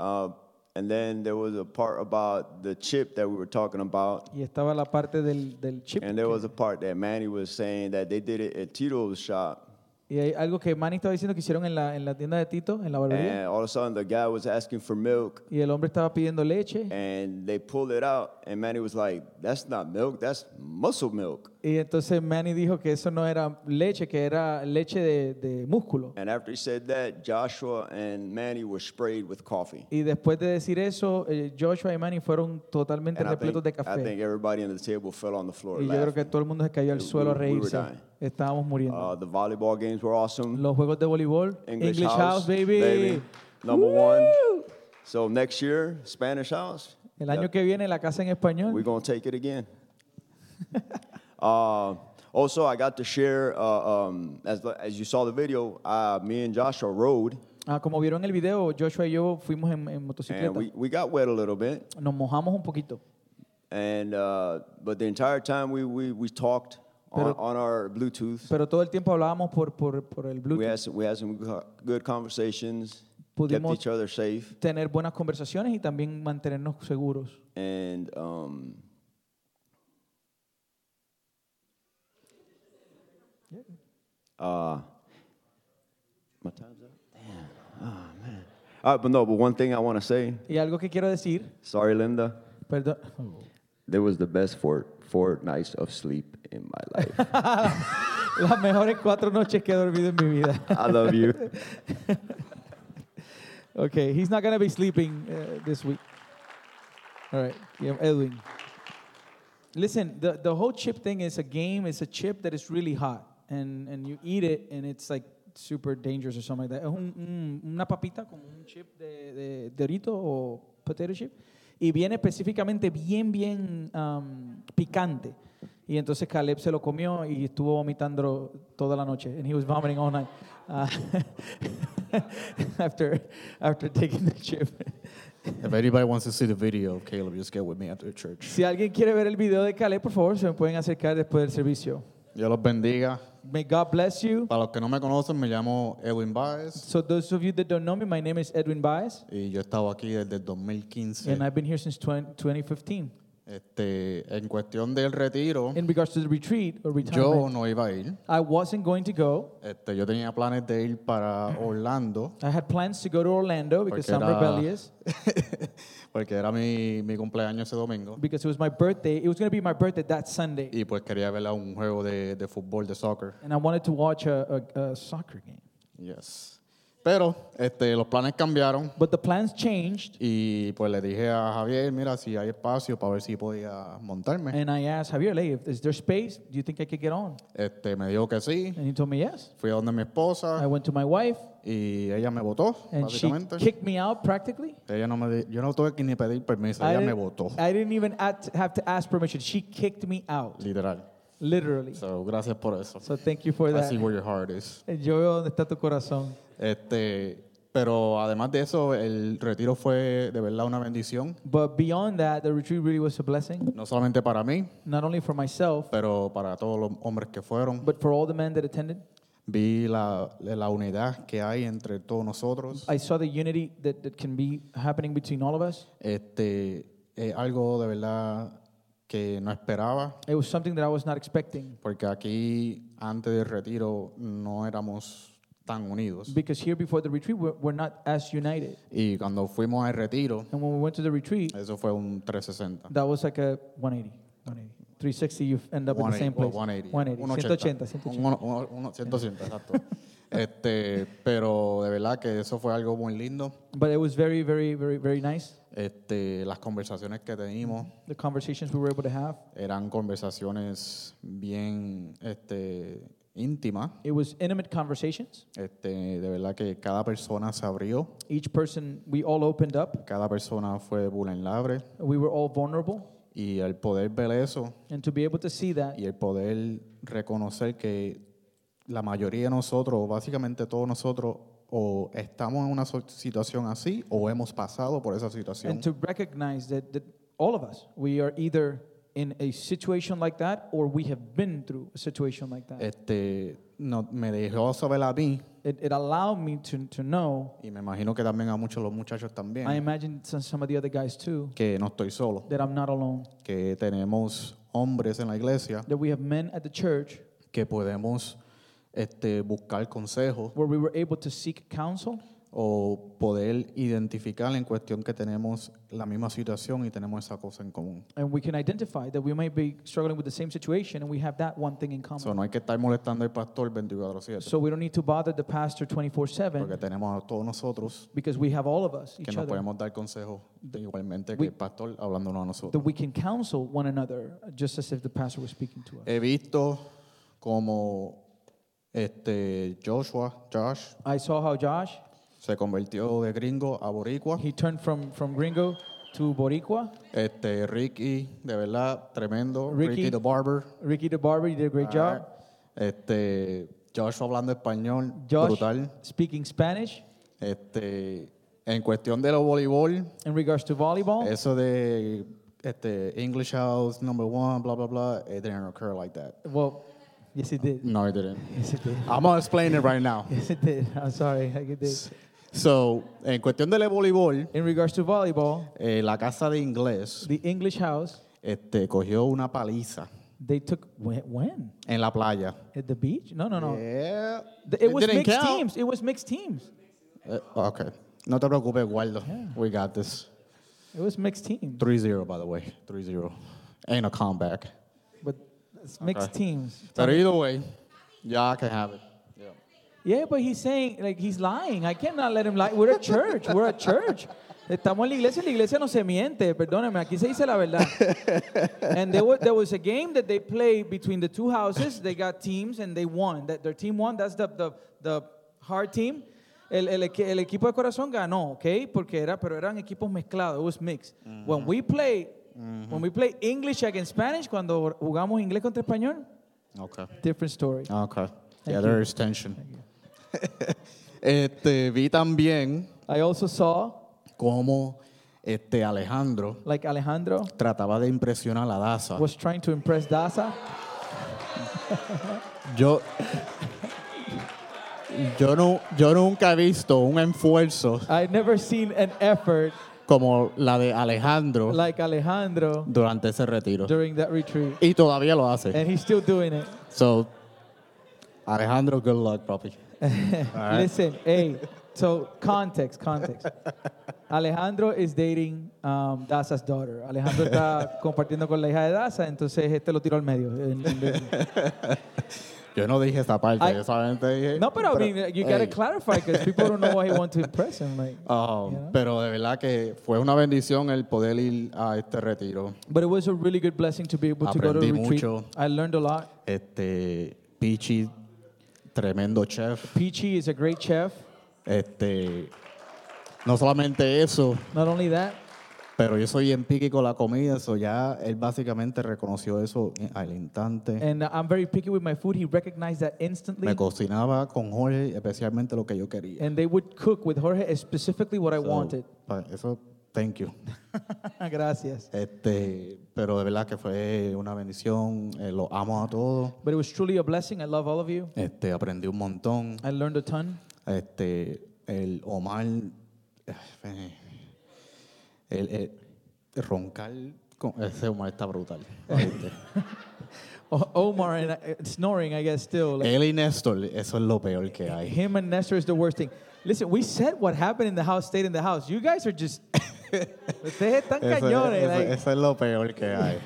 S4: uh, and then there was a part about the chip that we were talking about.
S1: Y estaba la parte del, del chip.
S4: And there was a part that Manny was saying that they did it at Tito's shop.
S1: Y hay algo que Manny estaba diciendo que hicieron en la, en la tienda de Tito, en la barbería.
S4: And all of a sudden, the guy was asking for milk,
S1: Y el hombre estaba pidiendo
S4: Eh.
S1: leche.
S4: and they pulled it out, and Manny was like, "That's not milk. That's muscle milk."
S1: Y entonces Manny dijo que eso no era leche, que era leche de, de músculo.
S4: And after he said that, Joshua and Manny were sprayed with coffee.
S1: Y después de decir eso, eh, Joshua y Manny fueron totalmente
S4: And I
S1: repletos
S4: think,
S1: de
S4: I think
S1: café.
S4: everybody on the table fell on the floor
S1: Y yo creo que
S4: laughing.
S1: todo el mundo se cayó al
S4: We-
S1: suelo a
S4: we were
S1: reírse.
S4: dying.
S1: Estábamos muriendo.
S4: Uh, the volleyball games were awesome.
S1: Los juegos de voleibol,
S4: English,
S1: English House, baby.
S4: number one.
S1: Woo!
S4: So next year, Spanish House.
S1: El año que viene la casa en español.
S4: We're going to take it again. uh, also, I got to share, uh, um, as, as you saw the video, uh, me and Joshua rode,
S1: Ah, como vieron en el video, Joshua y yo fuimos en, en
S4: and
S1: motocicleta.
S4: we, we got wet a little bit.
S1: Nos mojamos un poquito.
S4: And, uh, but the entire time we, we, we talked on,
S1: Pero-
S4: on our Bluetooth.
S1: Pero todo el tiempo hablábamos por, por, por el
S4: We
S1: Bluetooth.
S4: had some, we had some go- good conversations,
S1: Pudimos-
S4: kept each other safe.
S1: Tener buenas conversaciones y también mantenernos seguros.
S4: And um, uh, my time's up. Damn. Oh man. All right, but no, but one thing I want to say.
S1: Y algo que quiero decir,
S4: Sorry, Linda.
S1: perdón,
S4: There was the best four four nights of sleep in my life.
S1: Las mejores cuatro noches que he dormido en mi vida.
S4: I love you.
S1: Okay, he's not going to be sleeping uh, this week. All right, yeah, Edwin. Listen, the, the whole chip thing is a game, it's a chip that is really hot. And, and you eat it, and it's like super dangerous or something like that. Es un- un- una papita como un chip de, de Dorito o potato chip. Y viene específicamente bien, bien um, picante. Y entonces Caleb se lo comió y estuvo vomitando toda la noche. And he was vomiting all night. Ah, after, after taking the chip.
S5: If anybody wants to see the video of Caleb, just get with me after church.
S1: Si alguien quiere ver el video de Caleb, por favor, se me pueden acercar después del servicio.
S5: Dios los bendiga.
S1: May God bless you.
S5: Para los que no me conocen, me llamo Edwin Baez
S1: So those of you that don't know me, my name is Edwin Baez,
S5: y yo he estado aquí desde el
S1: and
S5: 2015.
S1: I've been here since 20, 2015.
S5: Este, en cuestión del retiro,
S1: In regards to the retreat or
S5: yo
S1: retirement,
S5: no iba a ir.
S1: I wasn't going to go.
S5: Este, yo tenía planes de ir para Orlando
S1: I had plans to go to Orlando because
S5: Porque
S1: I'm
S5: era-
S1: rebellious,
S5: porque era mi, mi cumpleaños ese domingo
S1: because it was my birthday. It was going to be my birthday that Sunday,
S5: y pues quería ver a un juego de, de fútbol, de soccer.
S1: and I wanted to watch a, a, a soccer game.
S5: Yes. Pero este, los planes cambiaron
S1: But the plans changed,
S5: y pues le dije a Javier, mira, si hay espacio para ver si podía montarme.
S1: and I asked Javier, like, if is there space? Do you think I could get on?
S5: Este, me dijo que sí.
S1: And he told me yes.
S5: Fui a donde mi
S1: I
S5: esposa
S1: went to my wife,
S5: y ella me votó,
S1: and she
S5: básicamente.
S1: kicked me out practically.
S5: Ella no me, di- yo no tuve que ni pedir permiso,
S1: I
S5: ella me
S1: didn't-
S5: votó,
S1: I didn't even at- have to ask permission. She kicked me out,
S5: literal.
S1: literally. So,
S5: So, gracias por eso.
S1: thank you for
S5: I
S1: that. Eh,
S5: see where your heart is.
S1: Yo veo dónde está tu corazón.
S5: Este, pero además de eso, el retiro fue de verdad una bendición,
S1: But beyond that, the retreat really was a blessing,
S5: no solamente para mí,
S1: not only for myself,
S5: pero para todos los hombres que fueron.
S1: but for all the men that attended.
S5: Vi la, la unidad que hay entre todos nosotros.
S1: I saw the unity that, that can be happening between all of us.
S5: Este, es algo de verdad que no esperaba,
S1: It was something that I was not expecting
S5: porque aquí antes del retiro no éramos tan unidos.
S1: because here before the retreat, we're, we're not as united.
S5: Y cuando fuimos al retiro,
S1: And when we went to the retreat,
S5: eso fue un 360.
S1: that was like a 180, 180. 360, you end up in the same
S5: oh,
S1: place.
S5: 180,
S1: 180, 180.
S5: Un- un- un- 180, exacto. este, pero de verdad que eso fue algo muy lindo.
S1: But it was very, very, very, very nice.
S5: Este, las conversaciones que teníamos
S1: The conversations we were able to have.
S5: eran conversaciones bien este, íntimas.
S1: It was intimate conversations.
S5: Este, de verdad que cada persona se abrió,
S1: Each person, we all opened up.
S5: cada persona fue vulnerable
S1: We were all vulnerable.
S5: y el poder ver eso
S1: And to be able to see that
S5: y el poder reconocer que la mayoría de nosotros, o básicamente todos nosotros, o estamos en una so- situación así o hemos pasado por esa situación.
S1: and to recognize that, that all of us, we are either in a situation like that or we have been through a situation like that.
S5: Este, no- me dejó saber a mí
S1: It, it allowed me to, to know,
S5: y me imagino que también a muchos los muchachos
S1: I
S5: también,
S1: imagine some, some of the other guys too,
S5: que no estoy solo,
S1: that I'm not alone.
S5: que tenemos hombres en la iglesia
S1: That we have men at the church
S5: que podemos este, buscar consejos
S1: where we were able to seek counsel
S5: o poder identificar en cuestión que tenemos la misma situación y tenemos esa cosa en común.
S1: and we can identify that we might be struggling with the same situation and we have that one thing in common.
S5: So, no hay que estar molestando al pastor 24/7,
S1: So we don't need to bother the pastor
S5: porque
S1: 24/7
S5: tenemos a todos nosotros
S1: because we have all of us
S5: que
S1: each
S5: nos
S1: other
S5: podemos dar consejos igualmente que
S1: We-
S5: el pastor hablándonos a
S1: that
S5: nosotros.
S1: we can counsel one another just as if the pastor was speaking to us.
S5: He visto como este Joshua, Josh,
S1: I saw how Josh
S5: se convirtió de gringo a boricua.
S1: he turned from from gringo to boricua.
S5: Este Ricky, de verdad, tremendo.
S1: Ricky.
S5: Ricky, the barber.
S1: Ricky the barber, you did a great job.
S5: Ah, Este Joshua hablando español,
S1: Josh
S5: brutal.
S1: speaking Spanish
S5: Este, en cuestión de los voleibol,
S1: in regards to volleyball.
S5: eso de este, English House number one, blah blah blah, it didn't occur like that.
S1: Well, yes it did.
S5: No, it didn't.
S1: Yes it did.
S5: I'm gonna explain it right now.
S1: Yes it did. I'm sorry. I did.
S5: So, en cuestión del voleibol,
S1: In regards to volleyball,
S5: eh, la casa de inglés
S1: the English house
S5: este, cogió una paliza
S1: they took when, when?
S5: en la playa.
S1: at the beach? No, no, no.
S5: Yeah.
S1: The- It was
S5: didn't
S1: mixed
S5: count.
S1: teams. It was mixed teams.
S5: Eh, okay. No te preocupes, Guardo. We got this.
S1: It was mixed teams.
S5: 3-0, by the way. 3-0. ain't a comeback.
S1: But it's mixed
S5: Okay.
S1: teams.
S5: But either way, y'all can have it.
S1: Yeah, but he's saying, like, he's lying. I cannot let him lie. We're a church. We're a church. Estamos en la iglesia, y la iglesia no se miente. Perdóneme, aquí se dice la verdad. And there was, there was a game that they played between the two houses. They got teams and they won. That their team won. That's the, the, the hard team. El, el, equi- el equipo de corazón ganó, ¿ok? Porque era, pero eran equipos mezclados. It was mixed. When we play, when we play English against Spanish, cuando jugamos inglés contra español,
S5: Okay.
S1: different story.
S5: Okay. Ah, yeah,
S1: you.
S5: there is tension. este, vi también
S1: I also saw,
S5: cómo este Alejandro
S1: like Alejandro,
S5: trataba de impresionar a Daza.
S1: was trying to impress Daza.
S5: Yo, yo, no, yo nunca he visto un esfuerzo
S1: I never seen an effort
S5: como la de Alejandro
S1: like Alejandro
S5: durante ese retiro.
S1: during that retreat,
S5: Y todavía lo hace.
S1: and he's still doing it.
S5: So, Alejandro, good luck, papi.
S1: Listen, hey, so context, context. Alejandro is dating um, Daza's daughter. Alejandro está compartiendo con la hija de Daza, entonces este lo tiró al medio. En- en-
S5: Yo no dije esa parte,
S1: Ay-
S5: yo solamente dije...
S1: No, pero I mean, you gotta
S5: Ey.
S1: clarify because people don't know why he want to impress him. Like,
S5: Oh,
S1: you know?
S5: Pero de verdad que fue una bendición el poder ir a este retiro.
S1: But it was a really good blessing to be able to go to a
S5: Aprendí
S1: retreat.
S5: mucho.
S1: I learned a lot.
S5: Este, Pichi, tremendo chef.
S1: Peachy is a great chef.
S5: Este, no solamente eso,
S1: Not only that,
S5: pero yo soy en pique con la comida, eso ya él básicamente reconoció eso en- al instante.
S1: And I'm very picky with my food. He recognized that instantly.
S5: Me cocinaba con Jorge especialmente lo que yo quería.
S1: And they would cook with Jorge specifically what I wanted.
S5: Pa- Eso, thank you.
S1: Gracias.
S5: Este, pero de verdad que fue una bendición, eh, los amo a todos.
S1: But it was truly a blessing. I love all of you.
S5: Este, aprendí un montón.
S1: I learned a ton.
S5: Este, el Omar, eh, el, el- roncar, con- ese Omar está brutal. ¿oíste?
S1: O- Omar and I, snoring, I guess, still. Like,
S5: Él y Néstor, eso es lo peor que hay.
S1: him and Nestor is the worst thing. Listen, we said what happened in the house stayed in the house. You guys are just. Ustedes están
S5: Eso,
S1: cañones.
S5: eso-
S1: like-
S5: eso es lo peor que hay.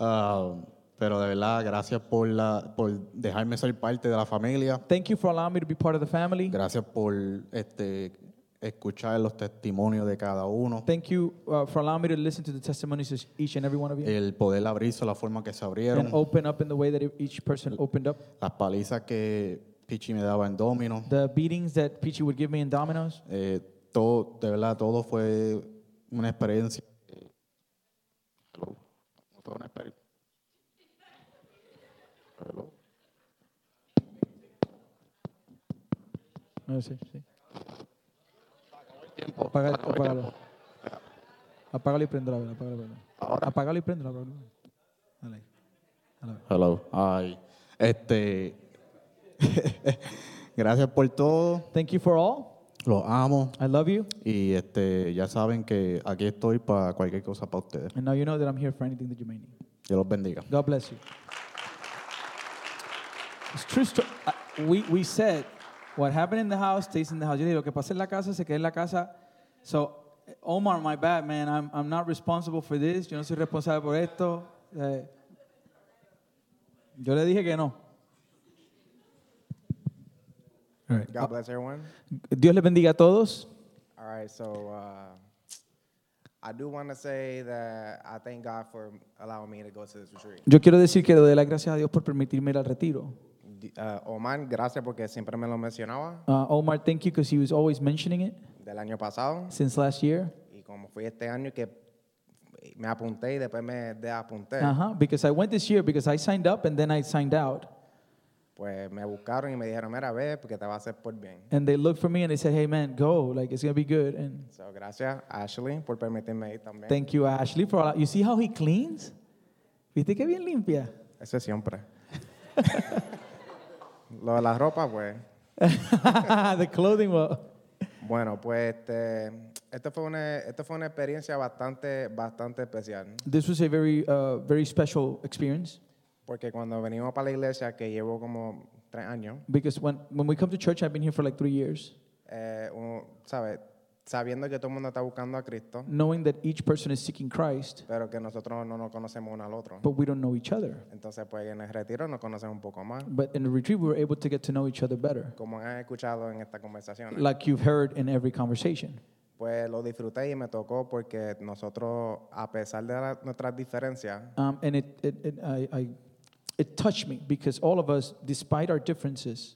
S5: Ah, pero de verdad, gracias por, la, por dejarme ser parte de la familia.
S1: Thank you for allowing me to be part of the family.
S5: Gracias por este, escuchar los testimonios de cada uno.
S1: Thank you uh, for allowing me to listen to the testimonies of each and every one of you
S5: El poder abrirse la forma que se abrieron.
S1: and open up in the way that e-, each person opened up.
S5: las palizas que Pichi me daba en domino.
S1: The beatings that Peachy would give me in Domino's.
S5: eh, todo, de verdad, todo fue una experiencia. Hello. Fue una experiencia. Hello.
S1: No sé, sí. Apaga, apágalo. Apágalo y prende la vela. Apágalo, y prende. apágalo y prende la vela. Dale.
S5: Hello. Ay. Este. Gracias por todo.
S1: Thank you for all.
S5: Los amo.
S1: I love you.
S5: Y este, ya saben que aquí estoy para cualquier cosa para ustedes.
S1: And now you know that I'm here for anything that you may need.
S5: Dios los bendiga.
S1: God bless you. It's true sto- I- We, we said what happened in the house stays in the house. Yo dije, lo que pasa en la casa se queda en la casa. So, Omar, my bad, man. I'm, I'm not responsible for this. Yo no soy responsable por esto. Eh, yo le dije que no.
S6: God bless everyone.
S1: Dios les bendiga a todos.
S6: All right, so uh, I do want to say that I thank God for allowing me to go to this retreat.
S1: Yo quiero decir que le doy las gracias a Dios por permitirme ir al retiro.
S6: D- Uh, Oman, gracias porque siempre me lo mencionaba
S1: Uh, Omar, thank you because he was always mentioning it
S6: del año pasado
S1: since last year.
S6: y como fui este año que me apunté y después me desapunté,
S1: Uh-huh, because I went this year because I signed up and then I signed out.
S6: pues me buscaron y me dijeron, mira, ve, porque te va a hacer por bien.
S1: And they looked for me and they said, hey, man, go. Like, it's going to be good. And
S6: So, gracias, Ashley, por permitirme ir también.
S1: thank you, Ashley, for all You see how he cleans? ¿Viste que bien limpia?
S6: Eso siempre. lo de la ropa, pues.
S1: the clothing well.
S6: Bueno, pues este, esta fue una, esta fue una experiencia bastante, bastante especial.
S1: This was a very, uh, very special experience
S6: Porque cuando venimos para la iglesia, que llevo como tres años,
S1: because when, when we come to church, I've been here for like three years.
S6: eh, uno, ¿sabes? sabiendo que todo el mundo está buscando a Cristo,
S1: knowing that each person is seeking Christ,
S6: pero que nosotros no nos conocemos uno al otro.
S1: but we don't know each other.
S6: Entonces, pues en el retiro nos conocemos un poco más,
S1: But in the retreat, we were able to get to know each other better,
S6: como han escuchado en esta conversación.
S1: like you've heard in every conversation.
S6: Pues lo disfruté y me tocó porque nosotros, a pesar de la- nuestras diferencias,
S1: Um, and it, it, it, I, I, it touched me because all of us, despite our differences,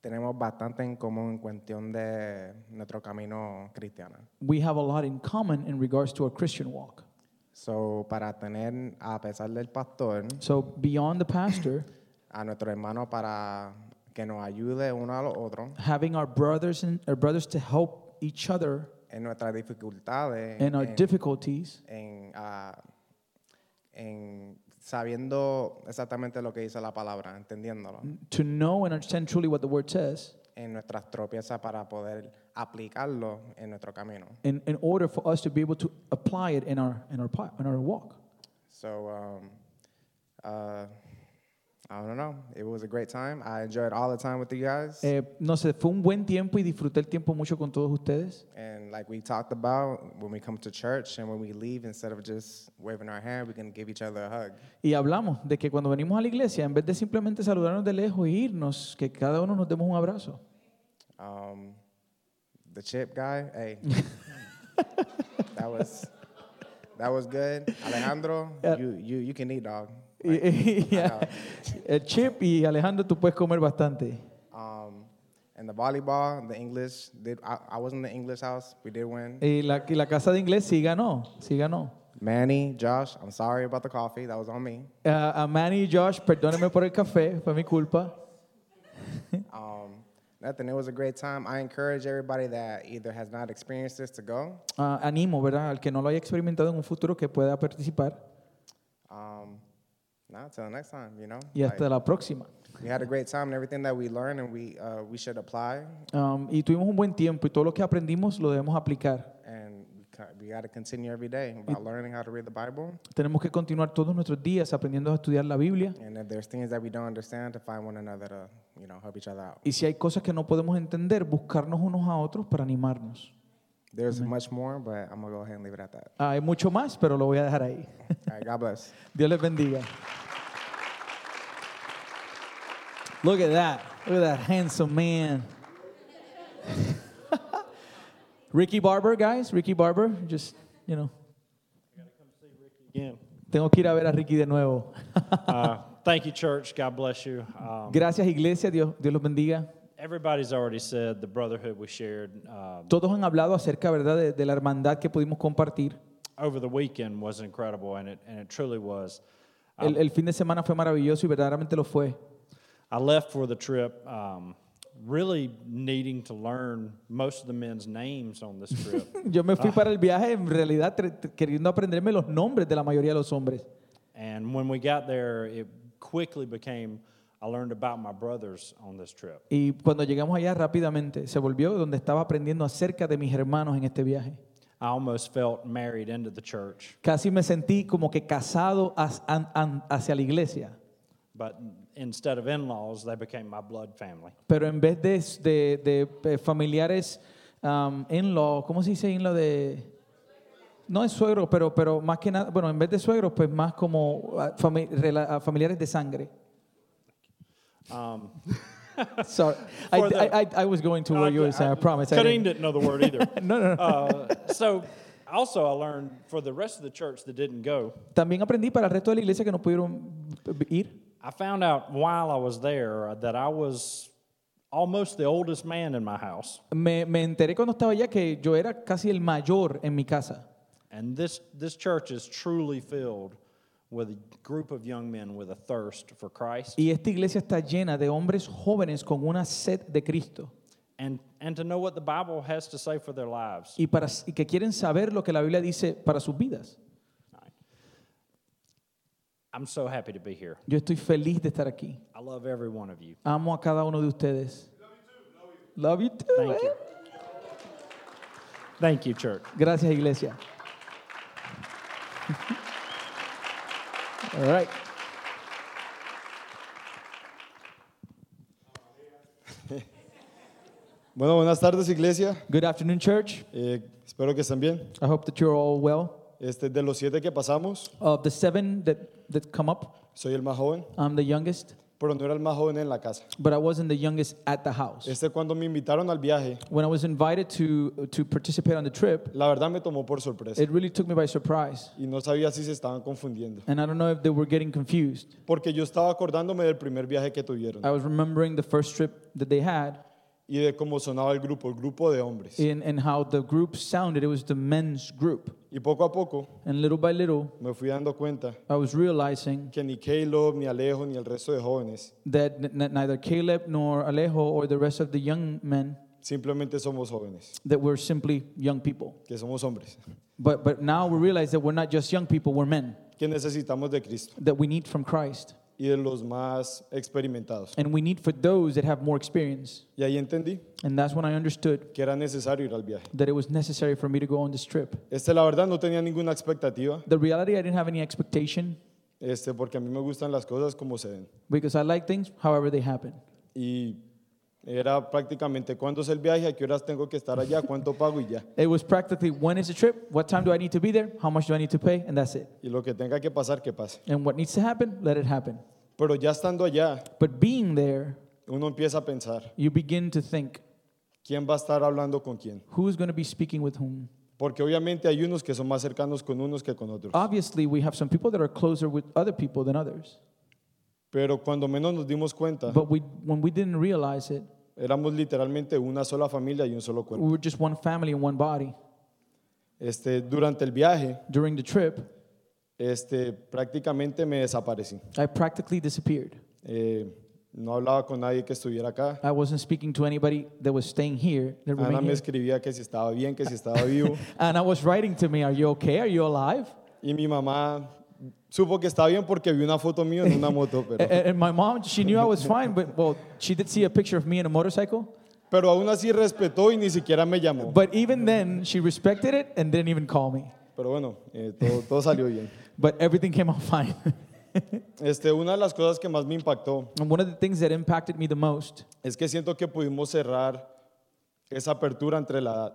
S6: tenemos bastante en común en cuestión de nuestro camino cristiano.
S1: we have a lot in common in regards to our Christian walk.
S6: So, para tener, a pesar del pastor,
S1: So, beyond the pastor,
S6: a nuestro hermano para que nos ayude uno a los otros
S1: having our brothers and our brothers to help each other
S6: en nuestras dificultades,
S1: in our
S6: en,
S1: difficulties,
S6: en, ah, en sabiendo exactamente lo que dice la palabra, entendiéndolo,
S1: to know and understand truly what the word says,
S6: en nuestras tropiezas para poder aplicarlo en nuestro camino.
S1: in, in order for us to be able to apply it in our in our pi- in our walk.
S6: So, um, uh, I don't know. It was a great time. I enjoyed all the time with you guys.
S1: Eh, no sé, fue un buen tiempo y disfruté el tiempo mucho con todos ustedes.
S6: And like we talked about, when we come to church and when we leave, instead of just waving our hand, we can give each other a hug.
S1: Y hablamos de que cuando venimos a la iglesia, en vez de simplemente saludarnos de lejos e irnos, que cada uno nos demos un abrazo.
S6: Um, the chip guy, hey, that was that was good. Alejandro, you you you can eat dog.
S1: Y- y- y- el Chip y Alejandro, tú puedes comer bastante.
S6: Um, and the volleyball, the English did. I, I was in the English house. We did win.
S1: Y la, y la casa de inglés sí ganó, sí ganó.
S6: Manny, Josh, I'm sorry about the coffee. That was on me.
S1: Ah, a Manny y Josh, perdónenme por el café, fue mi culpa.
S6: Um, nothing. It was a great time. I encourage everybody that either has not experienced this to go.
S1: Ah, animo, ¿verdad? Al que no lo haya experimentado en un futuro que pueda participar.
S6: Um, now until next time, you know.
S1: Y hasta
S6: Like,
S1: la próxima.
S6: we had a great time and everything that we learned and we uh, we should apply
S1: Um, y tuvimos un buen tiempo y todo lo que aprendimos lo debemos aplicar.
S6: and we, co- we got to continue every day about learning how to read the Bible.
S1: Tenemos que continuar todos nuestros días aprendiendo a estudiar la Biblia.
S6: And if there's things that we don't understand, to find one another to you know help each other out.
S1: Y si hay cosas que no podemos entender, buscarnos unos a otros para animarnos.
S6: There's much more, but I'm gonna go ahead and leave it at that.
S1: Ah, hay mucho más, pero lo voy a dejar ahí.
S6: All right, God bless.
S1: Dios les bendiga. Look at that. Look at that handsome man. Ricky Barber, guys. Ricky Barber. Just, you know.
S7: Again,
S1: Tengo que ir a ver a Ricky de nuevo.
S7: uh, thank you, church. God bless you. Um,
S1: Gracias, iglesia. Dios, Dios los bendiga.
S7: everybody's already said the brotherhood we shared um,
S1: Todos han hablado acerca, ¿verdad?, de, de la hermandad que pudimos compartir.
S7: over the weekend was incredible, and it, and it truly was.
S1: El, el fin de semana fue maravilloso y verdaderamente lo fue.
S7: I left for the trip um, really needing to learn most of the men's names on this trip.
S1: Yo me fui para el viaje, en realidad, tre- tre- queriendo aprenderme los nombres de la mayoría de los hombres.
S7: and when we got there, it quickly became I learned about my brothers on this trip.
S1: Y cuando llegamos allá rápidamente, se volvió donde estaba aprendiendo acerca de mis hermanos en este viaje.
S7: I almost felt married into the church,
S1: Casi me sentí como que casado as- an- an- hacia la iglesia.
S7: but instead of in laws, they became my blood family.
S1: Pero en vez de, s- de- de, eh, familiares um, in-law, ¿cómo se dice in-law de...? No es suegro, pero, pero más que nada, bueno, en vez de suegros, pues más como ah, fami- rela- ah, familiares de sangre.
S7: Um,
S1: Sorry, I,
S7: For the-
S1: I, I, I was going to where you were saying, I promise. I
S7: Kareem
S1: didn't.
S7: didn't know the word either.
S1: No, no, no.
S7: Uh, so, also, I learned for the rest of the church that didn't go,
S1: También aprendí para el resto de la iglesia que no pudieron ir.
S7: I found out while I was there that I was almost the oldest man in my house.
S1: Me, me enteré cuando estaba allá que yo era casi el mayor en mi casa.
S7: And this, this church is truly filled with a group of young men with a thirst for Christ
S1: Y esta iglesia está llena de hombres jóvenes con una sed de Cristo.
S7: and, and to know what the Bible has to say for their lives.
S1: y, para, y que quieren saber lo que la Biblia dice para sus vidas.
S7: I'm so happy to be here.
S1: Yo estoy feliz de estar aquí.
S7: I love every one of you.
S1: Amo a cada uno de ustedes. Love you too.
S7: Thank
S1: eh.
S7: you. Thank you, church.
S1: Gracias, iglesia. All right.
S5: Bueno, buenas tardes, iglesia.
S1: Good afternoon, church.
S5: Eh, espero que estén bien.
S1: I hope that you're all well.
S5: Este, de los siete que pasamos,
S1: Of the seven that, that come up,
S5: soy el más joven,
S1: I'm the youngest,
S5: pero no era el más joven en la casa.
S1: but I wasn't the youngest at the house.
S5: Este, cuando me invitaron al viaje,
S1: When I was invited to, to participate on the trip,
S5: la verdad me tomó por sorpresa
S1: it really took me by surprise.
S5: y no sabía si se estaban confundiendo.
S1: And I don't know if they were getting confused.
S5: Porque yo estaba acordándome del primer viaje que tuvieron
S1: I was remembering the first trip that they had
S5: y de cómo sonaba el grupo, el grupo de hombres.
S1: and, and how the group sounded. It was the men's group.
S5: Y poco a poco
S1: And little by little,
S5: me fui dando cuenta
S1: I was realizing
S5: que ni Caleb, ni Alejo, ni el resto de jóvenes
S1: that n- n- neither Caleb nor Alejo or the rest of the young men
S5: simplemente somos jóvenes,
S1: that were simply young people.
S5: que somos hombres,
S1: But, but now we realize that we're not just young people, we're men
S5: que necesitamos de Cristo
S1: that we need from Christ.
S5: y de los más experimentados.
S1: And we need for those that have more experience.
S5: Y ahí entendí
S1: And that's when I understood
S5: que era necesario ir al viaje.
S1: that it was necessary for me to go on this trip.
S5: Este, la verdad, no tenía ninguna expectativa,
S1: The reality, I didn't have any expectation
S5: este, porque a mí me gustan las cosas como se ven.
S1: because I like things however they happen.
S5: Y era prácticamente cuándo es el viaje, a qué horas tengo que estar allá, cuánto pago y ya.
S1: It was practically when is the trip, what time do I need to be there, how much do I need to pay, and that's it.
S5: Y lo que tenga que pasar, que pase.
S1: And what needs to happen, let it happen.
S5: Pero ya estando allá,
S1: But being there,
S5: uno empieza a pensar,
S1: you begin to think
S5: ¿quién va a estar hablando con quién?
S1: who's going to be speaking with whom.
S5: Porque obviamente hay unos que son más cercanos con unos que con otros.
S1: Obviously, we have some people that are closer with other people than others.
S5: Pero cuando menos nos dimos cuenta,
S1: But we, when we didn't realize it,
S5: éramos literalmente una sola familia y un solo cuerpo.
S1: we were just one family and one body.
S5: Este, durante el viaje,
S1: During the trip,
S5: este, prácticamente me desaparecí.
S1: I practically disappeared.
S5: Eh, no hablaba con nadie que estuviera acá.
S1: I wasn't speaking to anybody that was staying here. That
S5: Ana
S1: remained
S5: Ah, me
S1: here.
S5: escribía que si estaba bien, que si estaba vivo.
S1: Anna was writing to me, Are you okay? Are you alive?
S5: Y mi mamá supo que estaba bien porque vi una foto mía en una moto.
S1: A- a-
S5: Pero,
S1: And, my mom, she knew I was fine, but well, she did see a picture of me in a motorcycle.
S5: pero aún así respetó y ni siquiera me llamó.
S1: But even then, she respected it and didn't even call me.
S5: Pero bueno, eh, todo, todo salió bien.
S1: But everything came out fine.
S5: Este, una de las cosas que más me impactó
S1: and one of the things that impacted me the most
S5: es que siento que pudimos cerrar esa apertura entre la edad.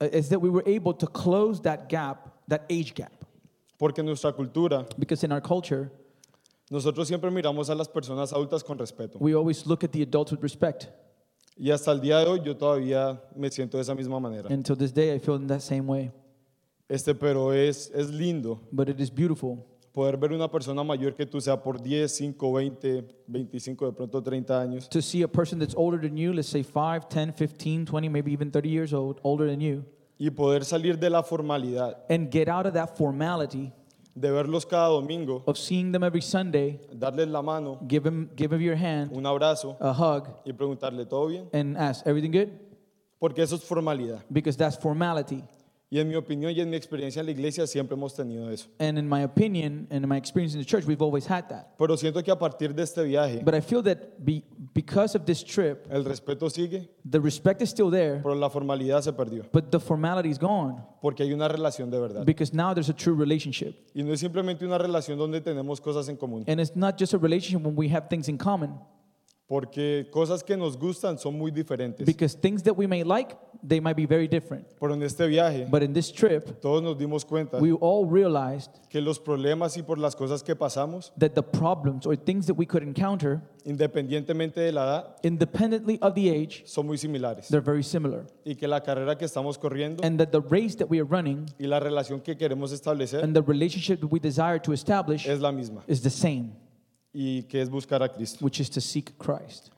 S1: uh, is that we were able to close that gap, that age gap.
S5: Porque en nuestra cultura,
S1: Because in our culture,
S5: nosotros siempre miramos a las personas adultas con respeto.
S1: we always look at the adults with respect.
S5: Y hasta el día de hoy yo todavía me siento de esa misma manera.
S1: Until this day, I feel in that same way.
S5: Este, pero es, es lindo
S1: But it is beautiful
S5: poder ver una persona mayor que tú sea por 10, 5, 20, 25, de pronto 30 años,
S1: to see a person that's older than you, let's say 5, 10, 15, 20, maybe even 30 years old, older than you,
S5: y poder salir de la formalidad,
S1: and get out of that formality
S5: de verlos cada domingo,
S1: of seeing them every Sunday,
S5: darles la mano,
S1: give them, give them your hand,
S5: un abrazo
S1: a hug,
S5: y preguntarle todo bien,
S1: and ask, everything good?
S5: porque eso es formalidad.
S1: Because that's formality.
S5: Y en mi opinión y en mi experiencia en la iglesia siempre hemos tenido eso.
S1: And in my opinion and in my experience in the church, we've always had that.
S5: Pero siento que a partir de este viaje,
S1: But I feel that be, because of this trip,
S5: el respeto sigue,
S1: the respect is still there,
S5: pero la formalidad se perdió,
S1: but the formality is gone
S5: porque hay una relación de verdad.
S1: because now there's a true relationship.
S5: Y no es simplemente una relación donde tenemos cosas en común,
S1: And it's not just a relationship when we have things in common
S5: porque cosas que nos gustan son muy diferentes.
S1: because things that we may like, they might be very different.
S5: Pero en este viaje
S1: But in this trip,
S5: todos nos dimos cuenta
S1: we all realized
S5: que los problemas y por las cosas que pasamos,
S1: that the problems or things that we could encounter,
S5: independientemente de la edad,
S1: independently of the age,
S5: son muy similares.
S1: they're very similar.
S5: Y que la carrera que estamos corriendo
S1: And that the race that we are running
S5: y la relación que queremos establecer
S1: and the relationship that we desire to establish
S5: es la misma,
S1: is the same,
S5: y que es buscar a Cristo.
S1: which is to seek Christ.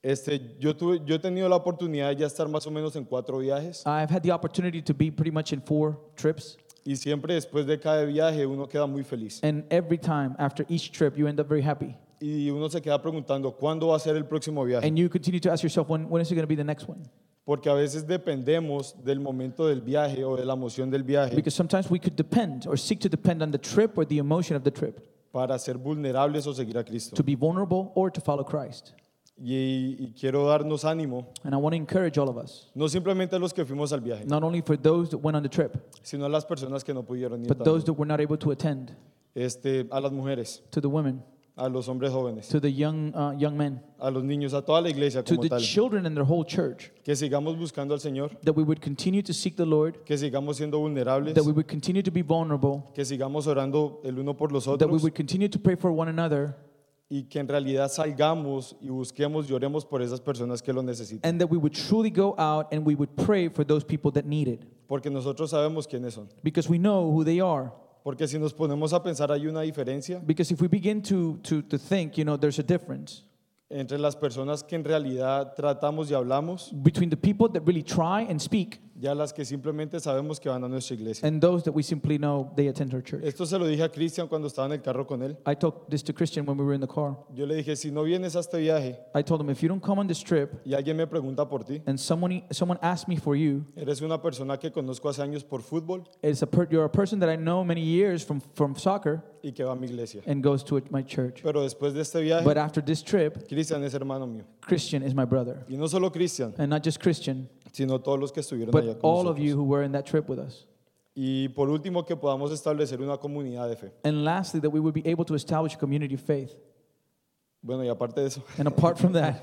S5: Este, yo, tuve, yo he tenido la oportunidad de ya estar más o menos en cuatro viajes
S1: I've had the opportunity to be pretty much in four trips,
S5: y siempre después de cada viaje uno queda muy feliz
S1: and every time after each trip, you end up very happy.
S5: y uno se queda preguntando cuándo va a ser el próximo viaje,
S1: And you continue to ask yourself, when, when is it going to be the next one?
S5: porque a veces dependemos del momento del viaje o de la emoción del viaje
S1: Because sometimes we could depend or seek to depend on the trip or the emotion of the trip
S5: para ser vulnerables o seguir a Cristo.
S1: to be vulnerable or to follow Christ.
S5: Y, y quiero darnos ánimo,
S1: And I want to encourage all of us,
S5: no simplemente a los que fuimos al viaje,
S1: not only for those that went on the trip,
S5: sino a las personas que no pudieron ir,
S1: but those
S5: también.
S1: that were not able to attend,
S5: este, a las mujeres,
S1: to the women,
S8: a los hombres jóvenes,
S1: to the young, uh, young men,
S8: a los niños, a toda la iglesia
S1: to
S8: como
S1: the
S8: tal.
S1: children and their whole church,
S8: Que sigamos buscando al Señor,
S1: that we would continue to seek the Lord,
S8: que sigamos siendo vulnerables,
S1: that we would continue to be vulnerable,
S8: que sigamos orando eh, el uno por los
S1: that we
S8: otros
S1: would continue to pray for one another,
S8: y que en realidad salgamos y busquemos y oremos por esas personas que lo necesitan.
S1: and that we would truly go out and we would pray for those people that need it.
S8: Porque nosotros sabemos quiénes son.
S1: Because we know who they are.
S8: Porque si nos ponemos a pensar hay una diferencia
S1: Because if we begin to, to, to think, you know, there's a difference
S8: entre las personas que en realidad tratamos y hablamos
S1: between the people that really try and speak
S8: y a las que simplemente sabemos que van a nuestra iglesia.
S1: and those that we simply know they attend our church.
S8: Esto se lo dije a Cristian cuando estaba en el carro con él.
S1: I told this to Christian when we were in the car.
S8: Yo le dije, si no vienes a este viaje
S1: I told him, if you don't come on this trip
S8: y alguien me pregunta por ti,
S1: and someone, someone asks me for you,
S8: eres una persona que conozco hace años por fútbol
S1: it's a per, you're a person that I know many years from, from soccer
S8: y que va a mi iglesia.
S1: and goes to my church.
S8: Pero después de este viaje,
S1: But after this trip,
S8: Cristian es hermano mío.
S1: Christian is my brother.
S8: Y no solo Cristian,
S1: And not just Christian,
S8: sino todos los que estuvieron allá
S1: but
S8: con
S1: all of
S8: nosotros.
S1: you who were in that trip with us.
S8: Y por último, que podamos establecer una comunidad de fe.
S1: And lastly, that we would be able to establish a community of faith.
S8: Bueno, y aparte de eso,
S1: And apart from that,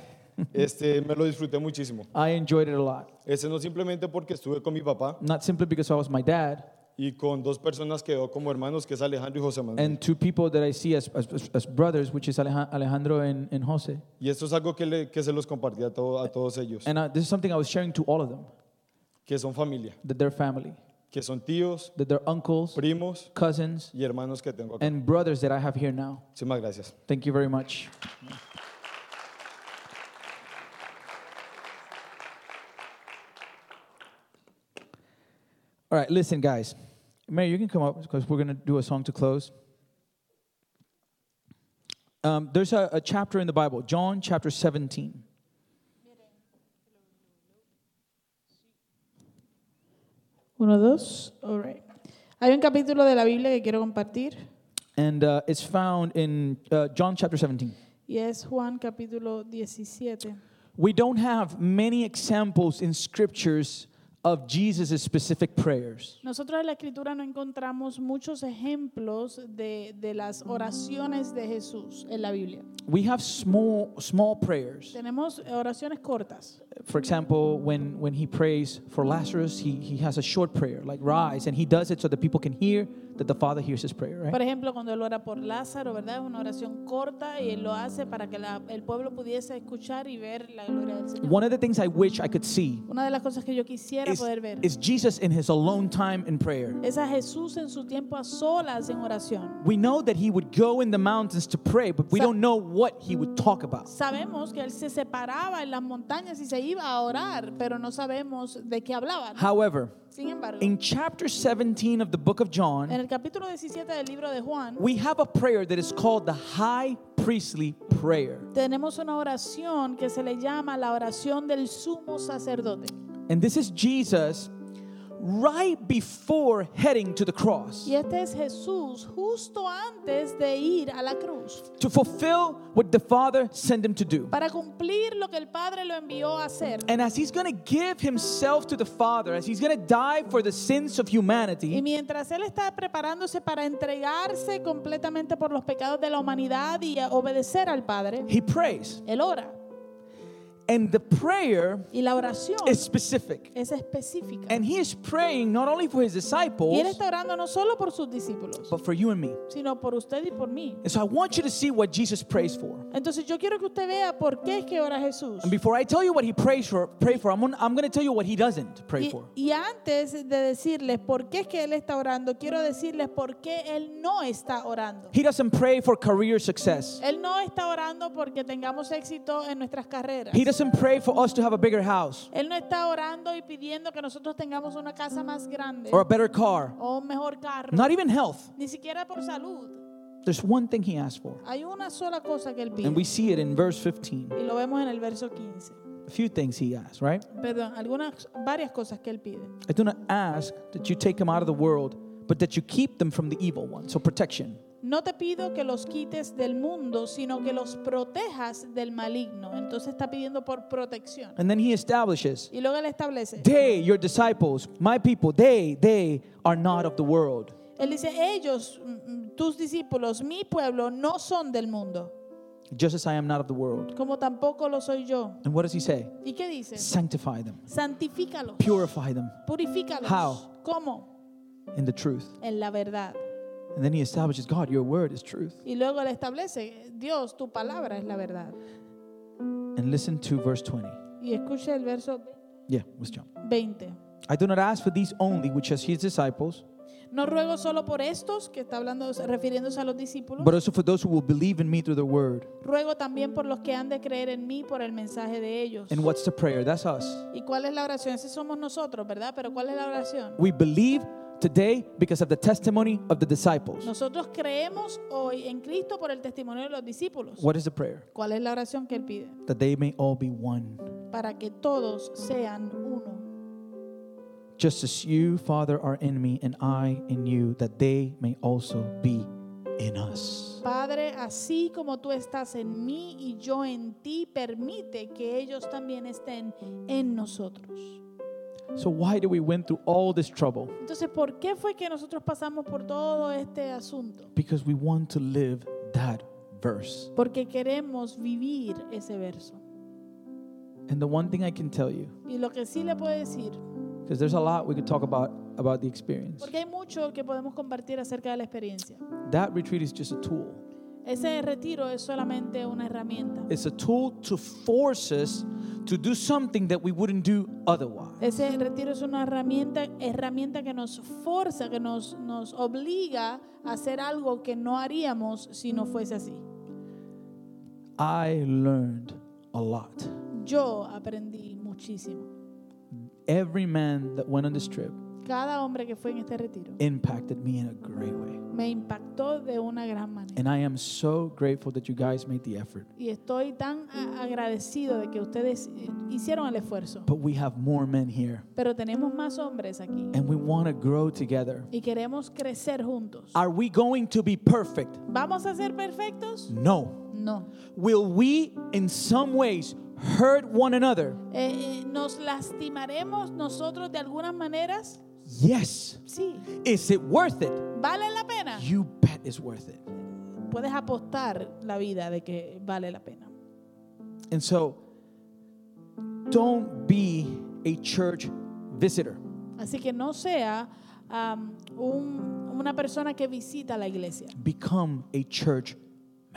S8: este, me lo disfruté muchísimo.
S1: I enjoyed it a lot.
S8: Ese no simplemente porque estuve con mi papá
S1: Not simply because I was my dad
S8: y con dos personas que veo como hermanos, que es Alejandro y José Manuel.
S1: and two people that I see as, as, as- as brothers, which is Aleja- Alejandro and, and Jose.
S8: Y esto es algo que, le- que se los compartí a, to- a todos ellos,
S1: And I, this is something I was sharing to all of them
S8: que son familia,
S1: that they're family,
S8: que son tíos,
S1: that they're uncles,
S8: primos
S1: cousins,
S8: y hermanos que tengo acá.
S1: and brothers that I have here now.
S8: Muchísimas gracias.
S1: Thank you very much. All right, listen, guys. Mary, you can come up because we're going to do a song to close. Um, there's a, a chapter in the Bible, John chapter 17.
S2: Uno, dos. All right. Hay un capítulo de la Biblia que quiero compartir
S1: And uh, it's found in uh, John chapter 17.
S2: y es Juan capítulo 17.
S1: We don't have many examples in scriptures of Jesus' specific prayers.
S2: Nosotros en la escritura no encontramos muchos ejemplos de, de las oraciones de Jesús en la Biblia.
S1: We have small, small prayers.
S2: Tenemos oraciones cortas.
S1: For example, when, when he prays for Lazarus, he, he has a short prayer, like rise, and he does it so that people can hear that the Father hears his prayer, right?
S2: Por ejemplo, cuando él ora por Lázaro, ¿verdad? Es una oración corta y él lo hace para que la- el pueblo pudiese escuchar y ver la gloria del Señor.
S1: One of the things I wish I could see
S2: Una de las cosas que yo quisiera
S1: is,
S2: poder ver
S1: is Jesus in his alone time in prayer.
S2: es a Jesús en su tiempo a solas en oración.
S1: We know that he would go in the mountains to pray, but we
S2: Sa-
S1: don't know what he would talk about.
S2: Sabemos que él se separaba en las montañas y se iba a orar, pero no sabemos de qué hablaba. ¿no?
S1: However,
S2: Sin embargo,
S1: in chapter 17 of the book of
S2: en
S1: John,
S2: el capítulo 17 del libro de Juan,
S1: we have a prayer that is called the high priestly prayer.
S2: tenemos una oración que se le llama la oración del sumo sacerdote.
S1: And this is Jesus right before heading to the cross.
S2: Y este es Jesús justo antes de ir a la cruz
S1: to fulfill what the Father sent him to do.
S2: para cumplir lo que el Padre lo envió a hacer.
S1: And as he's going to give himself to the Father, as he's going to die for the sins of
S2: Y
S1: humanity,
S2: mientras él está preparándose para entregarse completamente por los pecados de la humanidad y a obedecer al Padre,
S1: he prays.
S2: él ora.
S1: And the prayer
S2: Y la oración
S1: is specific.
S2: es específica.
S1: And he is praying not only for his
S2: Y él
S1: disciples,
S2: está orando no solo por sus discípulos,
S1: but for you and me.
S2: sino por usted y por mí.
S1: And so I want you to see what Jesus prays for.
S2: Entonces yo quiero que usted vea por qué es que ora Jesús.
S1: And before I tell you what he prays for, pray for, I'm gonna, I'm gonna tell you what he doesn't pray
S2: Y,
S1: for.
S2: y antes de decirles por qué es que él está orando, quiero decirles por qué él no está orando.
S1: He doesn't pray for career success.
S2: Él no está orando porque tengamos éxito en nuestras carreras.
S1: He doesn't pray for us to have a bigger house
S2: Él no está orando y pidiendo que nosotros tengamos una casa más grande
S1: or a better car,
S2: o un mejor carro,
S1: not even health.
S2: ni siquiera por salud.
S1: There's one thing he asks for.
S2: Hay una sola cosa que él pide
S1: And we see it in verse 15.
S2: y lo vemos en el verso 15.
S1: A few things he asks, right?
S2: Perdón, algunas varias cosas que él pide.
S1: I do not ask that you take them out of the world, but that you keep them from the evil one. So protection.
S2: No te pido que los quites del mundo, sino que los protejas del maligno. Entonces está pidiendo por protección.
S1: And then he establishes
S2: Y luego él establece,
S1: they, your disciples, my people, they, they are not of the world.
S2: Él dice, ellos, mm, mm, tus discípulos, mi pueblo, no son del mundo,
S1: just as I am not of the world.
S2: como tampoco lo soy yo.
S1: And what does he say?
S2: ¿Y qué dice?
S1: Sanctify them,
S2: Santifícalos,
S1: purify them
S2: purifícalos.
S1: How?
S2: ¿Cómo?
S1: in the truth.
S2: En la verdad.
S1: And then he establishes God, your word is truth.
S2: Y luego él establece, Dios, tu palabra es la verdad.
S1: And listen to verse 20.
S2: Y escucha el verso
S1: Yeah, let's jump.
S2: 20.
S1: I do not ask for these only, which as his disciples,
S2: No ruego solo por estos, que está hablando, refiriéndose a los discípulos.
S1: but also for those who will believe in me through the word.
S2: Ruego también por los que han de creer en mí por el mensaje de ellos.
S1: And what's the prayer? That's us.
S2: ¿Y cuál es la oración? Ese somos nosotros, ¿verdad? Pero ¿cuál es la oración?
S1: We believe today because of the testimony of the disciples.
S2: Nosotros creemos hoy en Cristo por el testimonio de los discípulos.
S1: What is the prayer?
S2: ¿Cuál es la oración que Él pide?
S1: That they may all be one.
S2: Para que todos sean uno.
S1: Just as you, Father, are in me and I in you, that they may also be in us.
S2: Padre, así como tú estás en mí y yo en ti, permite que ellos también estén en nosotros.
S1: So, why do we went through all this trouble?
S2: Entonces, ¿por qué fue que nosotros pasamos por todo este asunto?
S1: Because we want to live that verse.
S2: Porque queremos vivir ese verso.
S1: And the one thing I can tell you,
S2: Y lo que sí le puedo decir,
S1: because there's a lot we could talk about about the experience.
S2: porque hay mucho que podemos compartir acerca de la experiencia.
S1: That retreat is just a tool.
S2: Ese retiro es solamente una herramienta.
S1: It's a tool to force us to do something that we wouldn't do otherwise.
S2: Ese retiro es una herramienta, herramienta que nos forza, que nos, nos obliga a hacer algo que no haríamos si no fuese así.
S1: I learned a lot.
S2: Yo aprendí muchísimo.
S1: Every man that went on this trip
S2: Cada hombre que fue en este retiro
S1: impacted me in a great way.
S2: me impactó de una gran manera.
S1: And I am so grateful that you guys made the effort.
S2: Y estoy tan a- agradecido de que ustedes eh, hicieron el esfuerzo.
S1: But we have more men here
S2: Pero tenemos más hombres aquí
S1: and we want to grow together.
S2: y queremos crecer juntos.
S1: Are we going to be perfect?
S2: ¿Vamos a ser perfectos?
S1: No.
S2: No.
S1: Will we in some ways hurt one another?
S2: Eh, eh, ¿Nos lastimaremos nosotros de algunas maneras?
S1: Yes.
S2: Sí.
S1: Is it worth it?
S2: ¿Vale la pena?
S1: You bet it's worth it.
S2: Puedes apostar la vida de que vale la pena.
S1: And so, don't be a church visitor.
S2: Así que no sea am, un- una persona que visita la iglesia.
S1: Become a church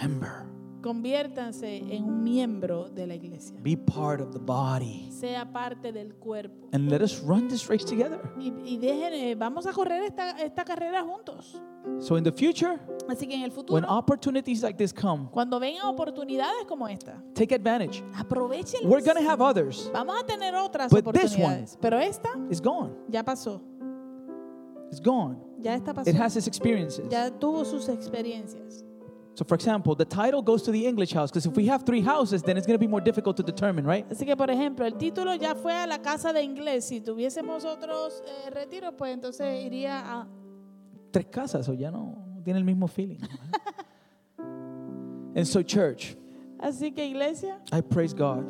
S1: member.
S2: Conviértanse en un miembro de la iglesia.
S1: Be part of the body.
S2: Sea parte del cuerpo.
S1: And let us run this race together.
S2: Y, y dejen, eh, vamos a correr esta, esta carrera juntos.
S1: So, in the future,
S2: Así que en el
S1: when
S2: futuro,
S1: opportunities like this come,
S2: cuando vengan oportunidades como esta,
S1: take advantage.
S2: aprovechenlas.
S1: We're going to have others.
S2: Vamos a tener otras
S1: But this
S2: oportunidades. Pero esta
S1: It's gone.
S2: ya pasó.
S1: It's gone.
S2: Ya esta pasó.
S1: It has its experiences.
S2: Ya tuvo sus experiencias.
S1: So, for example, the title goes to the English house because if we have three houses, then it's going to be more difficult to determine, right?
S2: Así que, por ejemplo, el título ya fue a la casa de inglés. Si tuviésemos otros eh, retiros, pues entonces iría a...
S1: tres casas o ya no, no tiene el mismo feeling. and so, church,
S2: Así que, iglesia,
S1: I praise God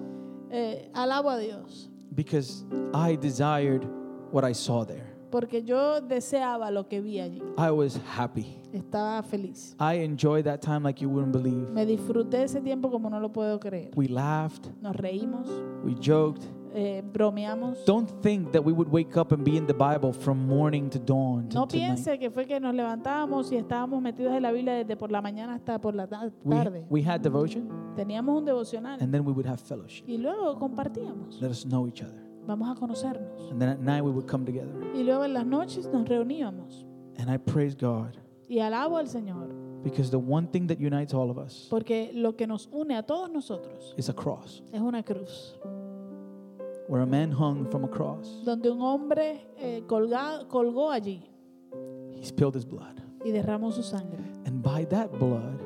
S2: eh, alabo a Dios,
S1: because I desired what I saw there.
S2: porque yo deseaba lo que vi allí.
S1: I was happy.
S2: Estaba feliz.
S1: I enjoyed that time like you wouldn't believe.
S2: Me disfruté ese tiempo como no lo puedo creer.
S1: We laughed,
S2: Nos reímos,
S1: we joked.
S2: eh, bromeamos.
S1: Don't think that we would wake up and be in the Bible from morning to dawn. To
S2: No
S1: tonight.
S2: piense que fue que nos levantábamos y estábamos metidos en la Biblia desde por la mañana hasta por la ta-
S1: We,
S2: tarde.
S1: we had devotion
S2: Teníamos un devocional
S1: and then we would have fellowship.
S2: y luego compartíamos.
S1: Let us know each other.
S2: Vamos a conocernos.
S1: And then at night we would come together.
S2: Y luego en las noches nos reuníamos.
S1: And I praise God
S2: Y alabo al Señor,
S1: because the one thing that unites all of us
S2: porque lo que nos une a todos nosotros
S1: is a cross.
S2: es una cruz,
S1: where a man hung from a cross.
S2: donde un hombre eh, colga- colgó allí
S1: He spilled his blood.
S2: y derramó su sangre.
S1: And by that blood,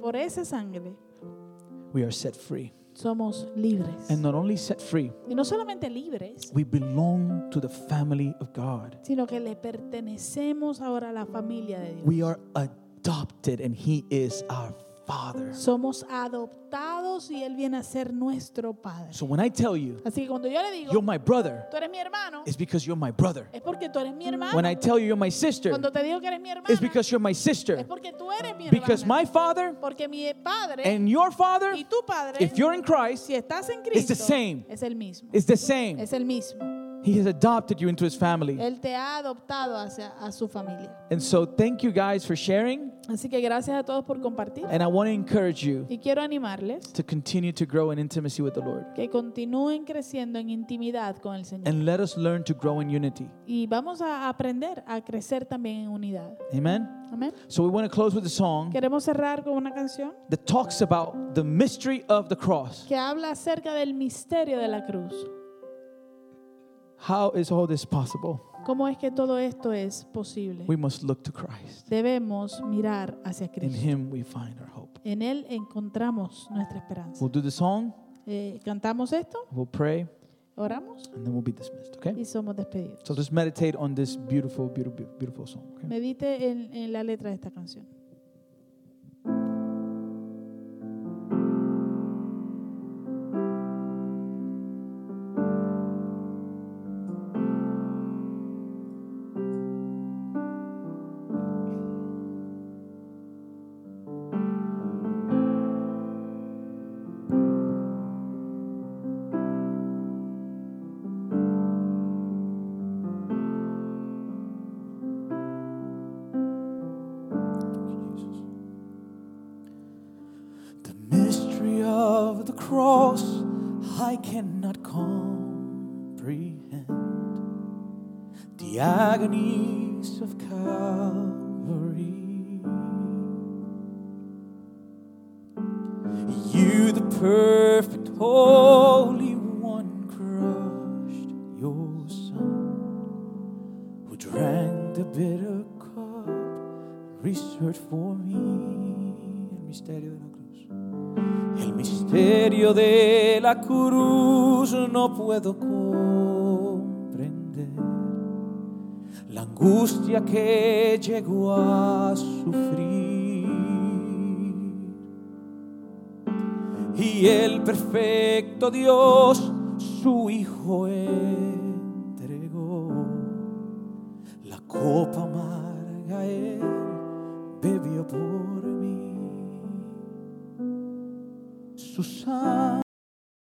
S2: Por esa sangre
S1: we are set free.
S2: somos libres.
S1: And not only set free,
S2: Y no solamente libres,
S1: we belong to the family of God.
S2: sino que le pertenecemos ahora a la familia de Dios.
S1: We are adopted, and He is our father.
S2: Somos adoptados y Él viene a ser nuestro Padre.
S1: So when I tell you,
S2: Así que cuando yo le
S1: you're
S2: digo,
S1: my brother,
S2: tú eres mi hermano,
S1: it's because you're my brother.
S2: es porque tú eres mi hermano.
S1: When I tell you you're my sister,
S2: Cuando te digo que eres mi hermana,
S1: it's because you're my
S2: es
S1: sister.
S2: porque tú eres mi
S1: Because
S2: hermana.
S1: my father
S2: porque mi padre
S1: and your father,
S2: y tu padre,
S1: if you're in Christ,
S2: si estás en
S1: it's the
S2: Cristo,
S1: same.
S2: es el mismo.
S1: is the same.
S2: Es el mismo.
S1: He has adopted you into his family.
S2: Él te ha adoptado hacia a su familia.
S1: And so thank you guys for sharing.
S2: Así que gracias a todos por compartir.
S1: And I want to encourage you
S2: Y quiero animarles
S1: to continue to grow in intimacy with the Lord.
S2: que continúen creciendo en intimidad con el Señor.
S1: And let us learn to grow in unity.
S2: Y vamos a aprender a crecer también en unidad.
S1: Amen.
S2: Amén.
S1: So we want to close with a song
S2: Queremos cerrar con una canción
S1: that talks about the mystery of the cross.
S2: que habla acerca del misterio de la cruz.
S1: How is all this possible?
S2: ¿Cómo es que todo esto es posible?
S1: We must look to Christ.
S2: Debemos mirar hacia
S1: In
S2: Cristo.
S1: him we find our hope.
S2: En Él encontramos nuestra esperanza.
S1: We'll do the song,
S2: Eh, cantamos esto,
S1: we'll pray,
S2: oramos
S1: and then we'll be dismissed, okay?
S2: y somos despedidos.
S1: So just meditate on this beautiful, beautiful, beautiful song, okay?
S2: Medite en, en la letra de esta canción.
S1: The mystery of the cross I cannot comprehend. The agonies of Calvary. You, the perfect Holy One, crushed your Son, who drank the bitter cup research for me el misterio de la cruz. El misterio de la cruz no puedo comprender. La angustia que llegó a sufrir y el perfecto Dios su Hijo entregó. La copa amarga Él bebió por mí. Su sangre